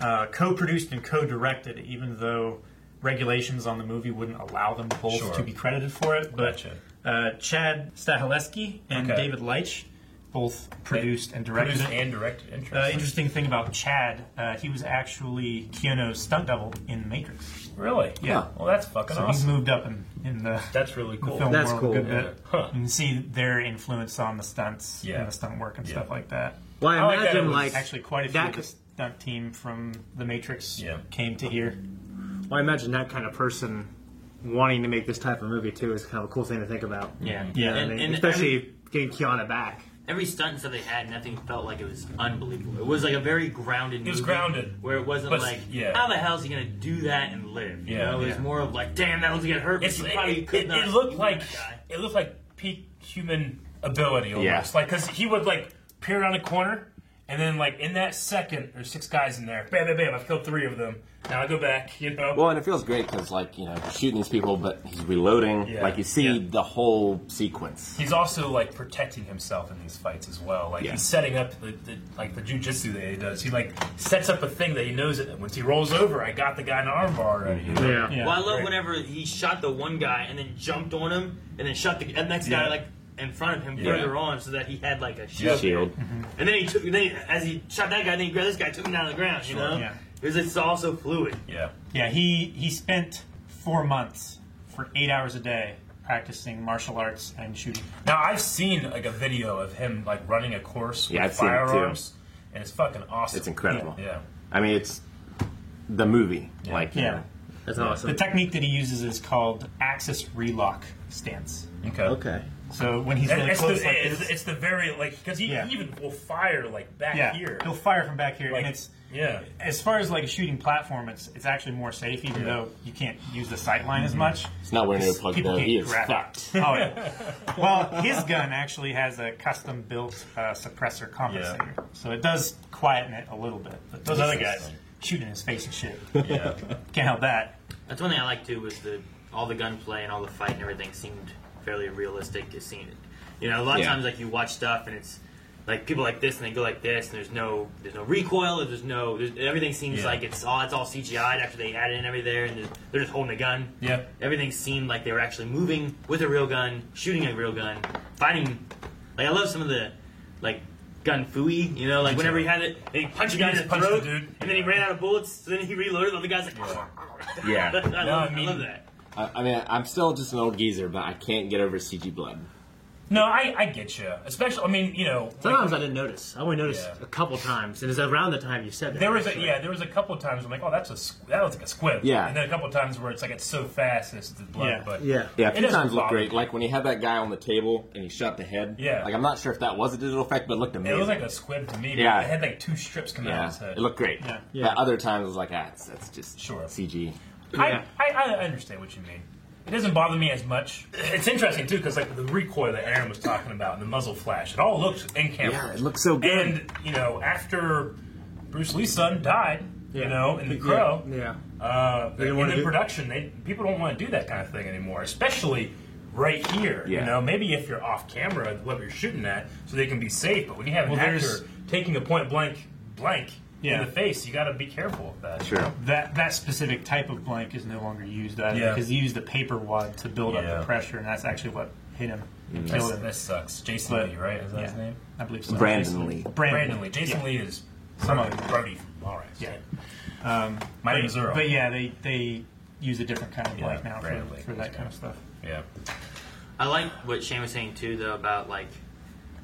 Speaker 1: uh, co-produced and co-directed even though regulations on the movie wouldn't allow them both
Speaker 4: Sure.
Speaker 1: to be credited for it but
Speaker 4: Gotcha.
Speaker 1: uh, chad stahelski and
Speaker 4: Okay.
Speaker 1: david leitch both produced and directed
Speaker 4: Produced and directed.
Speaker 1: uh,
Speaker 4: Interesting.
Speaker 1: interesting thing about chad uh, he was actually keanu's stunt double in matrix
Speaker 4: really?
Speaker 1: Yeah.
Speaker 4: Well, that's fucking
Speaker 1: so he's
Speaker 4: awesome.
Speaker 1: moved up in, in the
Speaker 4: That's really cool.
Speaker 1: film
Speaker 5: That's
Speaker 1: world
Speaker 5: cool.
Speaker 1: a good bit
Speaker 4: Huh.
Speaker 1: you can see their influence on the stunts
Speaker 4: Yeah.
Speaker 1: and the stunt work and
Speaker 4: Yeah.
Speaker 1: stuff like that
Speaker 5: Well,
Speaker 4: I
Speaker 5: I
Speaker 4: like that it
Speaker 5: imagine
Speaker 4: was
Speaker 5: like,
Speaker 1: Actually, quite a few
Speaker 5: that
Speaker 1: of the
Speaker 5: could-
Speaker 1: stunt team from The Matrix
Speaker 4: Yeah.
Speaker 1: came to here.
Speaker 5: well, I imagine that kind of person wanting to make this type of movie too is kind of a cool thing to think about.
Speaker 3: Yeah.
Speaker 1: Yeah,
Speaker 5: I
Speaker 3: And,
Speaker 5: mean,
Speaker 3: and
Speaker 5: especially
Speaker 3: every,
Speaker 5: getting Kiana back.
Speaker 3: every stunt that they had, nothing felt like it was unbelievable. It was like a very grounded. It
Speaker 4: was grounded.
Speaker 3: Where it wasn't
Speaker 4: But-
Speaker 3: like,
Speaker 4: yeah.
Speaker 3: how the hell is he gonna do that and live? You
Speaker 4: Yeah,
Speaker 3: know, it was
Speaker 4: yeah.
Speaker 3: more of like, damn, that'll get hurt. but
Speaker 4: It's,
Speaker 3: you
Speaker 4: it,
Speaker 3: probably
Speaker 4: it,
Speaker 3: could
Speaker 4: it-
Speaker 3: not
Speaker 4: it looked
Speaker 3: do
Speaker 4: like
Speaker 3: that guy.
Speaker 4: it looked like peak human ability almost.
Speaker 2: Yeah.
Speaker 4: Like because he would like peer around a corner, and then like in that second, there's six guys in there. Bam, bam, bam. I've killed three of them. Now I go back. You know.
Speaker 2: Well, and it feels great because, like, you know, he's shooting these people, but he's reloading.
Speaker 4: Yeah.
Speaker 2: Like, you see
Speaker 4: Yeah.
Speaker 2: the whole sequence.
Speaker 4: He's also like protecting himself in these fights as well. Like
Speaker 2: Yeah.
Speaker 4: he's setting up the, the like the jujitsu that he does. He like sets up a thing that he knows that once he rolls over, I got the guy in an armbar already.
Speaker 2: Mm-hmm.
Speaker 4: you know?
Speaker 5: Yeah.
Speaker 1: Yeah.
Speaker 3: Well, I love
Speaker 4: Right.
Speaker 3: whenever he shot the one guy and then jumped on him and then shot the that next guy
Speaker 4: Yeah.
Speaker 3: like in front of him
Speaker 2: Yeah.
Speaker 3: further on so that he had like a shield.
Speaker 2: Shield.
Speaker 3: And then he took then he, as he shot that guy, then he grabbed this guy, took him down to the ground. You know,
Speaker 1: yeah.
Speaker 3: it was it's also fluid.
Speaker 4: Yeah.
Speaker 1: Yeah, he he spent four months for eight hours a day practicing martial arts and shooting.
Speaker 4: Now I've seen like a video of him like running a course
Speaker 2: Yeah,
Speaker 4: with
Speaker 2: I've seen it, too.
Speaker 4: firearms, and it's fucking awesome.
Speaker 2: It's incredible.
Speaker 4: Yeah.
Speaker 2: I mean, it's the movie. Like, you
Speaker 1: Yeah.
Speaker 2: know.
Speaker 5: That's
Speaker 1: The
Speaker 5: awesome.
Speaker 1: technique that he uses is called axis relock stance.
Speaker 4: Okay.
Speaker 5: Okay.
Speaker 1: So when he's
Speaker 4: And
Speaker 1: really
Speaker 4: it's,
Speaker 1: close,
Speaker 4: the,
Speaker 1: like
Speaker 4: it's,
Speaker 1: this,
Speaker 4: it's the very like because he
Speaker 1: Yeah.
Speaker 4: even will fire like back
Speaker 1: yeah,
Speaker 4: here.
Speaker 1: he'll fire from back here,
Speaker 4: Like,
Speaker 1: and it's
Speaker 4: yeah.
Speaker 1: as far as like a shooting platform, it's it's actually more safe, even though you can't use the sight line
Speaker 4: Mm-hmm.
Speaker 1: as much.
Speaker 2: It's not wearing
Speaker 1: Because
Speaker 2: earplugs,
Speaker 1: people
Speaker 2: though.
Speaker 1: can't
Speaker 2: He is
Speaker 1: grab it.
Speaker 2: fucked.
Speaker 1: Oh, yeah. well, his gun actually has a custom built uh, suppressor compensator, so it does quieten it a little bit. But those other guys shoot in his face and shit.
Speaker 4: Yeah.
Speaker 1: Can't help that.
Speaker 3: That's one thing I liked too was the all the gunplay and all the fight and everything seemed fairly realistic. It seemed, you know, a lot of
Speaker 2: Yeah.
Speaker 3: times like you watch stuff and it's like people like this and they go like this and there's no there's no recoil or there's no there's, everything seems
Speaker 4: Yeah.
Speaker 3: like it's all it's all CGI after they added in everything there and they're- they're just holding a gun.
Speaker 4: Yeah.
Speaker 3: Everything seemed like they were actually moving with a real gun, shooting a real gun, fighting. Like I love some of the like gun fooey, you know, like whenever he had it, and he punched a guy in the
Speaker 4: just punched the
Speaker 3: throat,
Speaker 4: dude.
Speaker 3: and then he ran out of bullets, so then he reloaded, and the guy's like. "Ah,
Speaker 2: Yeah.
Speaker 3: I,
Speaker 4: No,
Speaker 3: love,
Speaker 4: I mean-
Speaker 3: I love that.
Speaker 2: I, I mean, I'm still just an old geezer, but I can't get over CG blood.
Speaker 4: No, I, I get you. Especially, I mean, you know, like,
Speaker 5: Sometimes I didn't notice. I only noticed
Speaker 4: Yeah.
Speaker 5: a couple times, and it's around the time you said that.
Speaker 4: There was a,
Speaker 5: actually.
Speaker 4: yeah, there was a couple times I'm like, oh, that's a squ- that looks like a squib.
Speaker 2: Yeah.
Speaker 4: And then a couple times where it's like it's so fast and it's the blood.
Speaker 1: Yeah.
Speaker 4: But
Speaker 5: Yeah.
Speaker 2: Yeah, a
Speaker 4: It
Speaker 2: few
Speaker 4: doesn't
Speaker 2: times looked
Speaker 4: bother
Speaker 2: great. Like, when he had that guy on the table and he shot the head.
Speaker 4: Yeah.
Speaker 2: Like, I'm not sure if that was a digital effect, but it looked
Speaker 4: it
Speaker 2: amazing.
Speaker 4: looked like a squib to me. but
Speaker 2: Yeah.
Speaker 4: It had like two strips coming out of his
Speaker 2: yeah.
Speaker 4: head.
Speaker 2: It looked great.
Speaker 1: Yeah.
Speaker 5: Yeah.
Speaker 2: But other times, it was like, ah, it's, that's just
Speaker 4: Sure.
Speaker 2: CG.
Speaker 4: I,
Speaker 5: Yeah.
Speaker 4: I, I understand what you mean. It doesn't bother me as much. It's interesting too because like the recoil that Aaron was talking about and the muzzle flash, it all looks in camera.
Speaker 2: Yeah, it looks so good.
Speaker 4: And you know, after Bruce Lee's son died, you
Speaker 5: Yeah.
Speaker 4: know, in the
Speaker 5: Yeah.
Speaker 4: Crow,
Speaker 5: Yeah.
Speaker 4: uh, in
Speaker 5: didn't wanna
Speaker 4: the
Speaker 5: do-
Speaker 4: production, they, people don't want to do that kind of thing anymore, especially right here. You
Speaker 2: Yeah.
Speaker 4: know, maybe if you're off camera, what you're shooting at, so they can be safe. But when you have an
Speaker 1: Well, there's-
Speaker 4: actor taking a point blank blank
Speaker 1: Yeah.
Speaker 4: in the face, you got to be careful with that.
Speaker 2: Sure.
Speaker 1: That that specific type of blank is no longer used either
Speaker 4: Yeah.
Speaker 1: because he used a paper wad to build up
Speaker 4: Yeah. Mm.
Speaker 1: the pressure, and that's actually what hit him, and
Speaker 4: That's-
Speaker 1: killed him.
Speaker 4: That sucks. Jason
Speaker 1: But-
Speaker 4: Lee, right? Is that his
Speaker 1: yeah.
Speaker 4: name?
Speaker 1: I believe so.
Speaker 2: Brandon
Speaker 1: Jason-
Speaker 2: Lee.
Speaker 1: Brandon,
Speaker 4: Brandon Lee. Jason
Speaker 1: yeah.
Speaker 4: Lee is
Speaker 1: Some of
Speaker 4: Brody. All right.
Speaker 1: Yeah.
Speaker 4: My name's
Speaker 1: But,
Speaker 4: Earl.
Speaker 1: but yeah, they they use a different kind of
Speaker 4: Yeah,
Speaker 1: blank now
Speaker 4: Brandon
Speaker 1: for,
Speaker 4: Lee.
Speaker 1: for that kind of stuff.
Speaker 4: yeah.
Speaker 3: I like what Shane was saying too, though, about like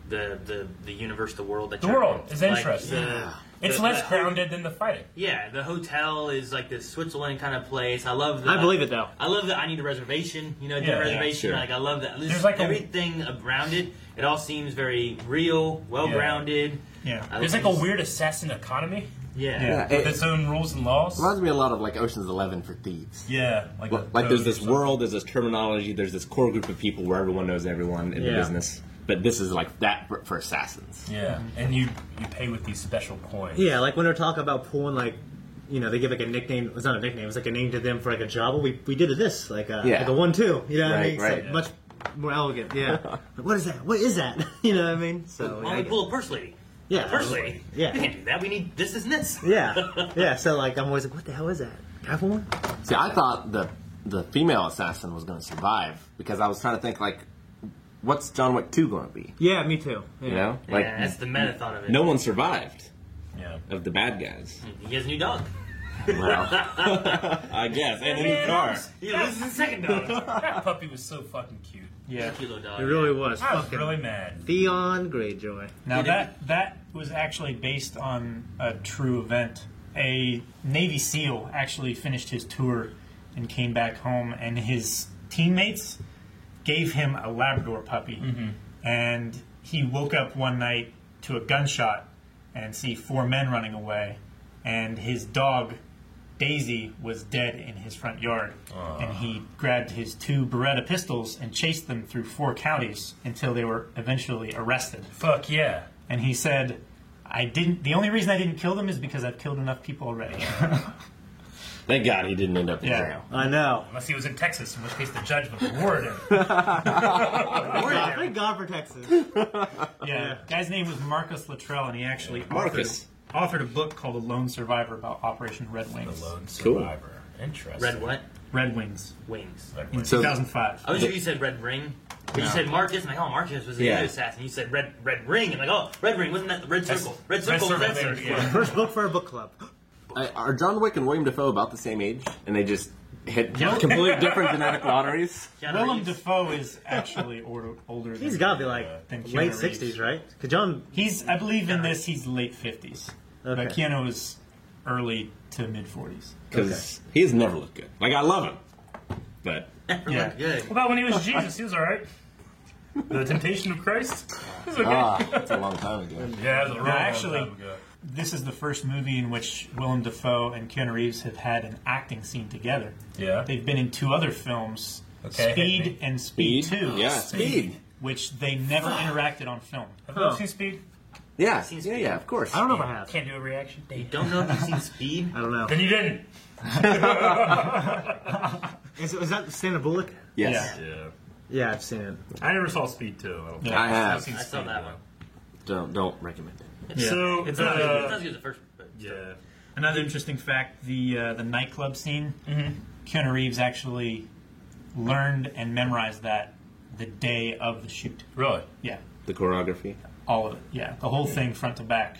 Speaker 3: the the, the universe, the world that
Speaker 4: The
Speaker 3: you're
Speaker 4: world
Speaker 3: in.
Speaker 4: is
Speaker 3: Like,
Speaker 4: interesting.
Speaker 3: the-
Speaker 4: It's
Speaker 3: the-
Speaker 4: less
Speaker 3: the-
Speaker 4: grounded than the fighting.
Speaker 3: Yeah, the hotel is like this Switzerland kind of place. I love. The,
Speaker 5: I believe it, though.
Speaker 3: I love that I need a reservation. You know, do
Speaker 4: Yeah,
Speaker 3: a
Speaker 4: yeah,
Speaker 3: reservation.
Speaker 2: sure.
Speaker 3: Like I love that. There's
Speaker 4: There's
Speaker 3: like
Speaker 4: like a-
Speaker 3: everything around it. It all seems very real, well grounded.
Speaker 1: Yeah.
Speaker 3: I
Speaker 4: There's like a weird assassin economy
Speaker 3: Yeah.
Speaker 1: Yeah.
Speaker 2: Yeah,
Speaker 4: with
Speaker 2: it
Speaker 4: its own rules and laws.
Speaker 2: reminds me a lot of like Ocean's Eleven for thieves.
Speaker 4: Yeah, like,
Speaker 2: Well, like there's this world, there's this terminology, there's this core group of people where everyone knows everyone in the
Speaker 5: Yeah.
Speaker 2: business. But this is like that for, for assassins.
Speaker 4: Yeah, and you you pay with these special coins.
Speaker 5: Yeah, like when they're talking about pulling, like, you know, they give like a nickname. It's not a nickname. It's like a name to them for like a job. Well, we we did this, like a,
Speaker 2: Yeah.
Speaker 5: like a one two. You know what I
Speaker 2: Right,
Speaker 5: mean? It's, like,
Speaker 2: right.
Speaker 5: Much more elegant. Yeah. Like, what is that? What is that? you know what I mean? So yeah,
Speaker 3: Why
Speaker 5: I
Speaker 3: don't we
Speaker 5: get-
Speaker 3: pull a purse lady?
Speaker 5: yeah,
Speaker 3: Purse lady.
Speaker 5: Yeah.
Speaker 3: We can't do that. We need this, this, and this.
Speaker 5: yeah, yeah. So like, I'm always like, what the hell is that? Can I have one?
Speaker 2: See, I thought the the female assassin was going to survive because I was trying to think like, what's John Wick two going to be?
Speaker 5: Yeah, me too.
Speaker 2: You know,
Speaker 3: Yeah,
Speaker 2: like
Speaker 3: that's the meta thought of it.
Speaker 2: no one survived
Speaker 4: Yeah.
Speaker 2: of the bad guys.
Speaker 3: He has a new dog.
Speaker 2: Wow. I guess, and a new car.
Speaker 3: He loses his second dog.
Speaker 4: That puppy was so fucking cute.
Speaker 1: Yeah.
Speaker 3: Cute little dog.
Speaker 5: It really was.
Speaker 4: I was
Speaker 5: fucking
Speaker 4: really mad.
Speaker 5: Theon Greyjoy.
Speaker 1: Now
Speaker 3: Did
Speaker 1: that that was actually based on a true event. A Navy SEAL actually finished his tour and came back home, and his teammates gave him a Labrador puppy, and he woke up one night to a gunshot and see four men running away, and his dog. Daisy was dead in his front yard, and he grabbed his two Beretta pistols and chased them through four counties until they were eventually arrested
Speaker 4: Fuck yeah.
Speaker 1: and he said, "I didn't. The only reason I didn't kill them is because I've killed enough people already."
Speaker 2: Thank God he didn't end up in
Speaker 1: Yeah.
Speaker 2: jail.
Speaker 5: I know.
Speaker 4: Unless he was in Texas, in which case the judge would reward him.
Speaker 5: God, thank God for Texas.
Speaker 1: yeah, guy's name was Marcus Luttrell, and he actually
Speaker 2: Marcus.
Speaker 1: Authored, authored a book called "The Lone Survivor" about Operation Red
Speaker 4: the
Speaker 1: Wings.
Speaker 4: lone
Speaker 2: Cool.
Speaker 4: survivor. Interesting.
Speaker 3: Red what?
Speaker 1: Red Wings
Speaker 3: Wings.
Speaker 4: Red
Speaker 1: in
Speaker 4: wing.
Speaker 1: 2005.
Speaker 3: I was sure you said Red Ring. When You said Marcus, and like, oh, Marcus was the
Speaker 2: Yeah.
Speaker 3: other assassin. You said Red Red Ring, and like, oh, Red Ring wasn't that the Red Circle? Red Circle was
Speaker 4: Red
Speaker 3: that
Speaker 4: Circle,
Speaker 3: circle.
Speaker 4: yeah.
Speaker 5: First book for a book club.
Speaker 2: Uh, are John Wick and William Defoe about the same age? And they just hit completely different genetic lotteries?
Speaker 3: Keanu
Speaker 1: Willem
Speaker 3: Reeves.
Speaker 1: Dafoe is actually or, older.
Speaker 5: He's
Speaker 1: than-
Speaker 5: got to be like
Speaker 1: Than Keanu
Speaker 5: late
Speaker 1: Reeves.
Speaker 5: '60s, right? Cause John
Speaker 1: He's, I believe, in this he's late 50s, but
Speaker 5: Okay.
Speaker 1: Keanu is early to mid 40s.
Speaker 2: Because he has never looked good. Like, I love him. But
Speaker 1: Yeah.
Speaker 3: Good.
Speaker 4: What about when he was Jesus? He was alright. The Temptation of Christ. He was okay.
Speaker 2: ah, that's a long time ago.
Speaker 4: yeah, that was a real long
Speaker 1: actually-
Speaker 4: time ago.
Speaker 1: This is the first movie in which Willem Dafoe and Keanu Reeves have had an acting scene together.
Speaker 4: Yeah.
Speaker 1: They've been in two other films,
Speaker 4: Okay, hit me.
Speaker 1: Speed and Speed, 2.
Speaker 2: Yeah, speed.
Speaker 1: Which they never interacted on film.
Speaker 4: Have you ever seen Speed?
Speaker 2: Yeah, yeah, yeah, of course.
Speaker 5: I don't know if I have.
Speaker 4: Can't do a reaction.
Speaker 3: You don't know if you've seen Speed.
Speaker 5: I don't know.
Speaker 4: Then you didn't.
Speaker 5: Is, is that Sandra Bullock?
Speaker 2: Yes.
Speaker 4: Yeah.
Speaker 5: Yeah, I've seen it.
Speaker 4: I never saw Speed 2. I don't think.
Speaker 2: I
Speaker 4: I've
Speaker 2: have.
Speaker 4: seen
Speaker 3: I saw
Speaker 4: Speed
Speaker 3: that
Speaker 4: though.
Speaker 3: one.
Speaker 2: Don't, don't recommend it.
Speaker 4: So,
Speaker 1: It's
Speaker 4: the-
Speaker 1: not
Speaker 3: It's not as good as the first. But
Speaker 4: yeah.
Speaker 1: Another interesting fact the uh, the nightclub scene, Keanu Reeves actually learned and memorized that the day of the shoot.
Speaker 4: Really?
Speaker 1: Yeah,
Speaker 2: The choreography.
Speaker 1: all of it. Yeah, the whole thing front to back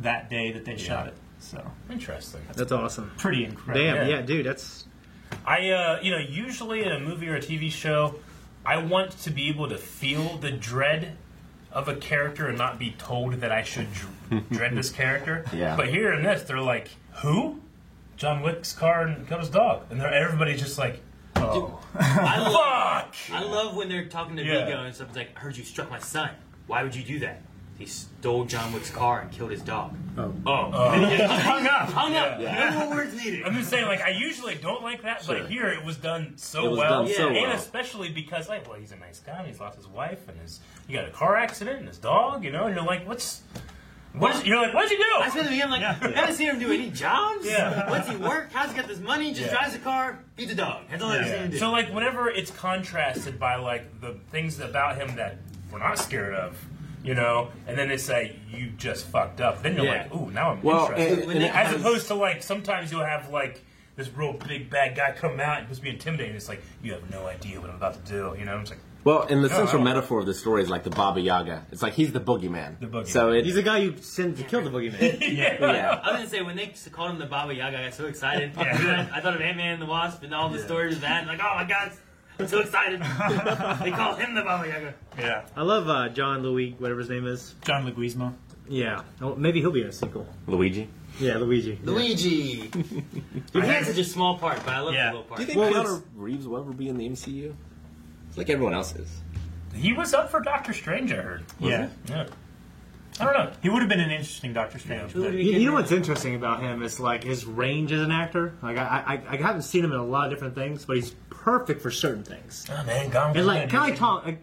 Speaker 1: that day that they shot it. So,
Speaker 4: Interesting.
Speaker 5: That's awesome.
Speaker 1: pretty incredible.
Speaker 5: Damn.
Speaker 4: Yeah.
Speaker 5: Yeah, dude. That's
Speaker 4: I, uh, you know, usually in a movie or a TV show, I want to be able to feel the dread of a character and not be told that I should dr- dread this character.
Speaker 2: Yeah.
Speaker 4: But here in this, they're like, who? John Wick's car and Coda's dog. And they're, everybody's just like, oh,
Speaker 3: I love.
Speaker 4: fuck!
Speaker 3: I love when they're talking to
Speaker 4: Yeah.
Speaker 3: Vigo and someone's like, "I heard you struck my son. Why would you do that? He stole John Wick's car and killed his dog." Oh.
Speaker 4: Oh. Hung up.
Speaker 3: Hung up. No more words needed.
Speaker 4: I'm just saying, like, I usually don't like that,
Speaker 2: Sure.
Speaker 4: but here it was done so
Speaker 2: It was
Speaker 4: well.
Speaker 2: done so
Speaker 4: and
Speaker 2: well.
Speaker 4: especially because, like, well, he's a nice guy, and he's lost his wife, and his, he got a car accident, and his dog, you know, and you're like, what's. What is, you're like, what'd you
Speaker 3: I
Speaker 4: do?
Speaker 3: spent the beginning like, I haven't seen him do any jobs.
Speaker 4: Yeah.
Speaker 3: What's he work? How's he got this money? He Just
Speaker 4: Yeah.
Speaker 3: drives a car, feeds a dog. That's all I've seen him do.
Speaker 4: So, like, whenever it's contrasted by, like, the things about him that we're not scared of, you know, and then they say, you just fucked up, then you're
Speaker 3: Yeah.
Speaker 4: like, ooh, now I'm
Speaker 2: Well,
Speaker 4: interested.
Speaker 2: and- and it
Speaker 4: As
Speaker 2: has-
Speaker 4: opposed to, like, sometimes you'll have, like, this real big bad guy come out and just be intimidating. It's like, you have no idea what I'm about to do, you know? I'm just like,
Speaker 2: Well, and the
Speaker 4: I
Speaker 2: central
Speaker 4: don't-
Speaker 2: metaphor of the story is like the Baba Yaga. It's like he's the boogeyman. The
Speaker 4: boogeyman.
Speaker 2: So it's
Speaker 5: he's the guy you send to kill the boogeyman.
Speaker 2: yeah.
Speaker 3: I was gonna say when they called him the Baba Yaga, I got so excited.
Speaker 4: Yeah.
Speaker 3: I thought of Ant Man and the Wasp and all the stories of that. And like, oh my god, I'm so excited. they call him the Baba Yaga.
Speaker 1: Yeah.
Speaker 5: I love uh, John Louis, whatever his name is.
Speaker 1: John Leguizamo.
Speaker 5: Yeah. Oh, maybe he'll be in a sequel.
Speaker 2: Luigi.
Speaker 5: Yeah, Luigi.
Speaker 3: Luigi. he had such a small part, but I love
Speaker 1: Yeah.
Speaker 3: the little part.
Speaker 2: Do you think
Speaker 5: Well,
Speaker 2: Keanu
Speaker 5: it's-
Speaker 2: Reeves will ever be in the MCU? It's like everyone else is.
Speaker 4: He was up for Doctor Strange, I heard.
Speaker 1: Yeah.
Speaker 4: Yeah. I don't know.
Speaker 1: He would have been an interesting Doctor Strange.
Speaker 3: Who
Speaker 1: but-
Speaker 3: do
Speaker 5: You, you know
Speaker 3: get?
Speaker 5: what's interesting about him is like his range as an actor. Like I, I, I haven't seen him in a lot of different things, but he's perfect for certain things.
Speaker 4: Oh, man, Gone with
Speaker 5: And
Speaker 4: the
Speaker 5: like,
Speaker 4: Wind.
Speaker 5: kind of like Tom. Like,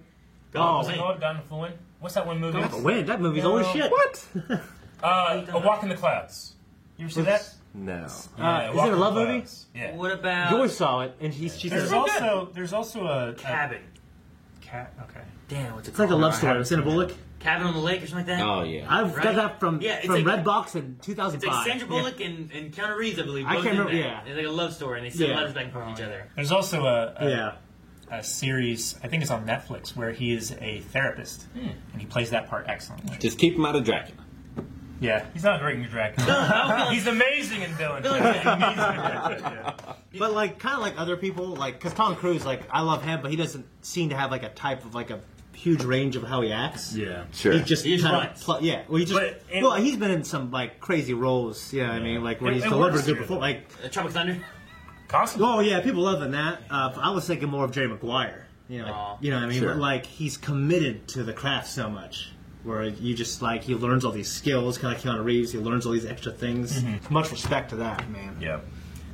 Speaker 4: Gone with
Speaker 5: oh,
Speaker 4: the Wind. Gone with the Wind. What's that one movie?
Speaker 5: that's a win. That movie's old as shit. What?
Speaker 4: Uh, A Walk in the Clouds. You ever see that?
Speaker 2: No.
Speaker 4: Yeah,
Speaker 5: is
Speaker 4: Walk
Speaker 5: it a
Speaker 4: in
Speaker 5: love
Speaker 4: the
Speaker 5: movie?
Speaker 4: Clouds. Yeah.
Speaker 3: What about
Speaker 5: Joy saw it, and she, she said
Speaker 1: There's also there's also a, a
Speaker 3: cabin?
Speaker 1: cat. Okay.
Speaker 3: Damn, what's it
Speaker 5: it's like
Speaker 3: called?
Speaker 5: a love story. I'm Sandra Bullock.
Speaker 3: Cabin on the Lake or something like that.
Speaker 2: Oh yeah.
Speaker 5: I've got
Speaker 3: Right?
Speaker 5: that from
Speaker 3: Yeah, it's
Speaker 5: from
Speaker 3: like-
Speaker 5: Redbox in
Speaker 3: It's like
Speaker 5: 2005.
Speaker 3: Sandra Bullock and, and Keanu Reeves, I believe.
Speaker 5: I
Speaker 3: both
Speaker 5: can't
Speaker 3: did
Speaker 5: remember-
Speaker 3: that.
Speaker 5: yeah.
Speaker 3: It's like a love story, and they send
Speaker 5: Yeah. Oh,
Speaker 3: letters back and forth to each other.
Speaker 1: There's also a,
Speaker 5: Yeah.
Speaker 1: a,
Speaker 5: yeah.
Speaker 1: a series I think it's on Netflix where he is a therapist
Speaker 4: Hmm.
Speaker 1: and he plays that part excellently.
Speaker 2: Just keep him out of Dracula.
Speaker 1: Yeah.
Speaker 4: He's not great in Dracula. He's amazing in Villain.
Speaker 3: Villain
Speaker 4: He's
Speaker 3: Jack.
Speaker 4: amazing in Villain Jack, yeah.
Speaker 5: But like, kind of like other people, like because Tom Cruise, like I love him, but he doesn't seem to have like a type of like a huge range of how he acts.
Speaker 4: Yeah.
Speaker 2: Sure.
Speaker 5: He just
Speaker 3: He just
Speaker 5: kind of
Speaker 3: runs.
Speaker 5: pl- yeah. Well, he just
Speaker 4: But it-
Speaker 5: well, he's been in some like crazy roles. Yeah, I mean, like where
Speaker 4: It-
Speaker 5: he's
Speaker 4: it
Speaker 5: delivered
Speaker 4: works
Speaker 5: good
Speaker 4: here,
Speaker 5: before.
Speaker 4: though.
Speaker 5: Like,
Speaker 3: Uh, Tropic Thunder.
Speaker 4: Constantly.
Speaker 5: oh yeah, people loving that. Uh, I was thinking more of Jerry Maguire. You know, like,
Speaker 3: Aw.
Speaker 5: you know what I mean.
Speaker 2: Sure.
Speaker 5: But like, he's committed to the craft so much. Where you just like he learns all these skills, kind of like Keanu Reeves. He learns all these extra things. Mm-hmm. Much respect to that man.
Speaker 4: Yeah.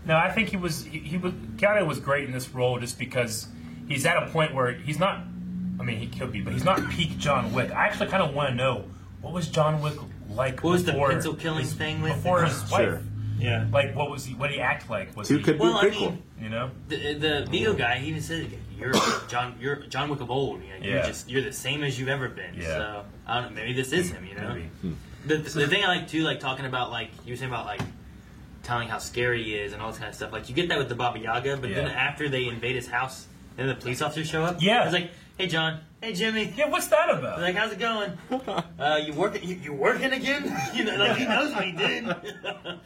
Speaker 4: No, I think he was he, he was Keanu was great in this role just because he's at a point where he's not. I mean, he could be, but he's not peak John Wick. I actually kind of want to know what was John Wick like.
Speaker 3: What was the
Speaker 4: before
Speaker 3: pencil killing
Speaker 4: his-
Speaker 3: thing with
Speaker 4: before
Speaker 3: the-
Speaker 4: his wife?
Speaker 2: Sure.
Speaker 1: Yeah.
Speaker 4: Like, what was he? What did he act like? Was
Speaker 2: Who
Speaker 4: he?
Speaker 2: could be
Speaker 3: Well,
Speaker 2: a
Speaker 3: I
Speaker 2: prequel?
Speaker 3: mean,
Speaker 4: you know?
Speaker 3: the the Vigo guy, he even said, "You're John, you're John Wick of old. You know, you're
Speaker 4: Yeah.
Speaker 3: just you're the same as you've ever been."
Speaker 4: Yeah.
Speaker 3: So I don't know. Maybe this is him. You know.
Speaker 4: Maybe.
Speaker 3: The, the thing I like too, like talking about like you were saying about like telling how scary he is and all this kind of stuff. Like you get that with the Baba Yaga, but then
Speaker 4: Yeah.
Speaker 3: after they invade his house, then the police officers show up.
Speaker 4: Yeah.
Speaker 3: It's like, hey John, hey Jimmy.
Speaker 4: Yeah. What's that about?
Speaker 3: Like, how's it going? Uh, you working? You, you working again? you know, like he knows what he did.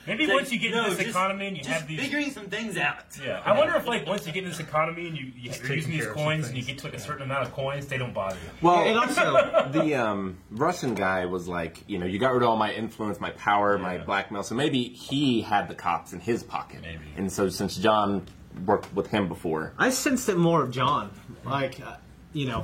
Speaker 4: Maybe
Speaker 3: It's like,
Speaker 4: once you get in
Speaker 3: no,
Speaker 4: this
Speaker 3: just-
Speaker 4: economy and you
Speaker 3: just
Speaker 4: have these
Speaker 3: figuring some things out.
Speaker 4: Yeah, I wonder if like once you get in this economy and you, you you're using
Speaker 1: taking
Speaker 4: these
Speaker 1: care of some
Speaker 4: coins and you get to like, a certain amount of coins, they don't bother you.
Speaker 2: Well,
Speaker 5: Oh, And also-
Speaker 2: the um, Russian guy was like, you know, you got rid of all my influence, my power, my
Speaker 4: Yeah.
Speaker 2: blackmail. So maybe he had the cops in his pocket.
Speaker 4: Maybe.
Speaker 2: And so since John worked with him before,
Speaker 5: I sensed it more of John, like uh, you know,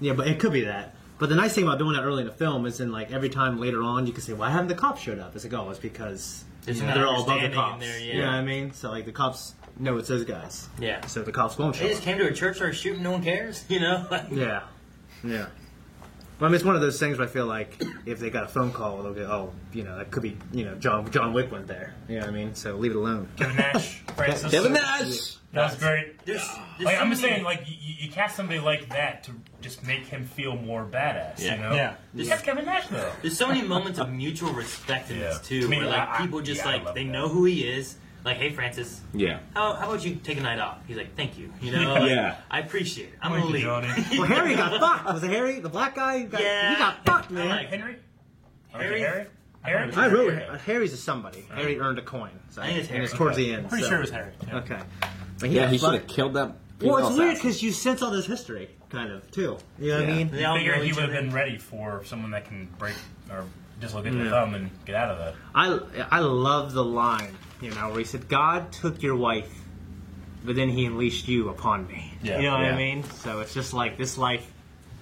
Speaker 5: yeah, but it could be that. But the nice thing about doing that early in the film is, in like every time later on, you can say, "Why haven't the cops showed up?" It's like, "Oh, it's because you
Speaker 3: There's
Speaker 5: know,
Speaker 3: an
Speaker 5: they're all above the
Speaker 3: understanding in
Speaker 5: cops."
Speaker 3: there, yeah.
Speaker 5: You know what I mean? So like the cops know it's those guys,
Speaker 3: Yeah.
Speaker 5: so the cops won't show
Speaker 3: They just
Speaker 5: up.
Speaker 3: came to a church, started shooting, no one cares, you know?
Speaker 5: Yeah, yeah. Well, I mean, it's one of those things where I feel like if they got a phone call, they'll go, "Oh, you know, that could be, you know, John John Wick went there." You know what I mean? So leave it alone.
Speaker 4: Kevin Nash, Francis,
Speaker 2: Kevin Nash.
Speaker 4: that was
Speaker 3: There's-
Speaker 4: great.
Speaker 3: there's
Speaker 4: Like,
Speaker 3: so
Speaker 4: I'm just
Speaker 3: many-
Speaker 4: saying, like you, you cast somebody like that to just make him feel more badass.
Speaker 2: Yeah.
Speaker 4: You know?
Speaker 1: Yeah.
Speaker 4: You cast Kevin Nash though.
Speaker 3: There's so many moments of mutual respect in this,
Speaker 4: Yeah.
Speaker 3: too,
Speaker 4: I mean,
Speaker 3: where, like,
Speaker 4: I- I-
Speaker 3: people just,
Speaker 4: yeah, I
Speaker 3: like,
Speaker 4: love
Speaker 3: they
Speaker 4: that.
Speaker 3: know who he is. Like, hey, Francis,
Speaker 2: Yeah.
Speaker 3: how, how about you take a night off? He's like, thank you, you know? like,
Speaker 2: Yeah.
Speaker 3: I appreciate it. I'm
Speaker 4: Thank
Speaker 3: going to
Speaker 4: you,
Speaker 3: leave.
Speaker 4: Johnny.
Speaker 5: Well, Harry got fucked. Was it Harry, the black guy? He got,
Speaker 3: Yeah.
Speaker 5: he got fucked,
Speaker 3: I
Speaker 5: man.
Speaker 3: like
Speaker 4: Henry.
Speaker 3: Harry?
Speaker 4: Harry. Harry.
Speaker 5: I wrote uh, Harry's is somebody. Harry earned a coin. So
Speaker 3: I think it's
Speaker 5: And it's
Speaker 3: Harry.
Speaker 5: towards the end.
Speaker 1: Pretty
Speaker 5: so-
Speaker 1: sure it was Harry. Yeah.
Speaker 5: Okay. But
Speaker 2: Yeah,
Speaker 5: got
Speaker 2: he should have
Speaker 5: fucked.
Speaker 2: killed that.
Speaker 5: Well, it's
Speaker 2: female
Speaker 5: weird
Speaker 2: assassin.
Speaker 5: because you sense all this history, kind of, too. You know what
Speaker 2: Yeah.
Speaker 5: I mean?
Speaker 3: They all
Speaker 4: Figure
Speaker 3: know
Speaker 4: he
Speaker 3: each
Speaker 4: would have
Speaker 3: other.
Speaker 4: been ready for someone that can break or dislocate their thumb and get out of that.
Speaker 5: I, I love the line, you know, where he said, God took your wife, but then he unleashed you upon me.
Speaker 4: Yeah.
Speaker 5: You know what
Speaker 2: Yeah.
Speaker 5: I mean? So it's just like this life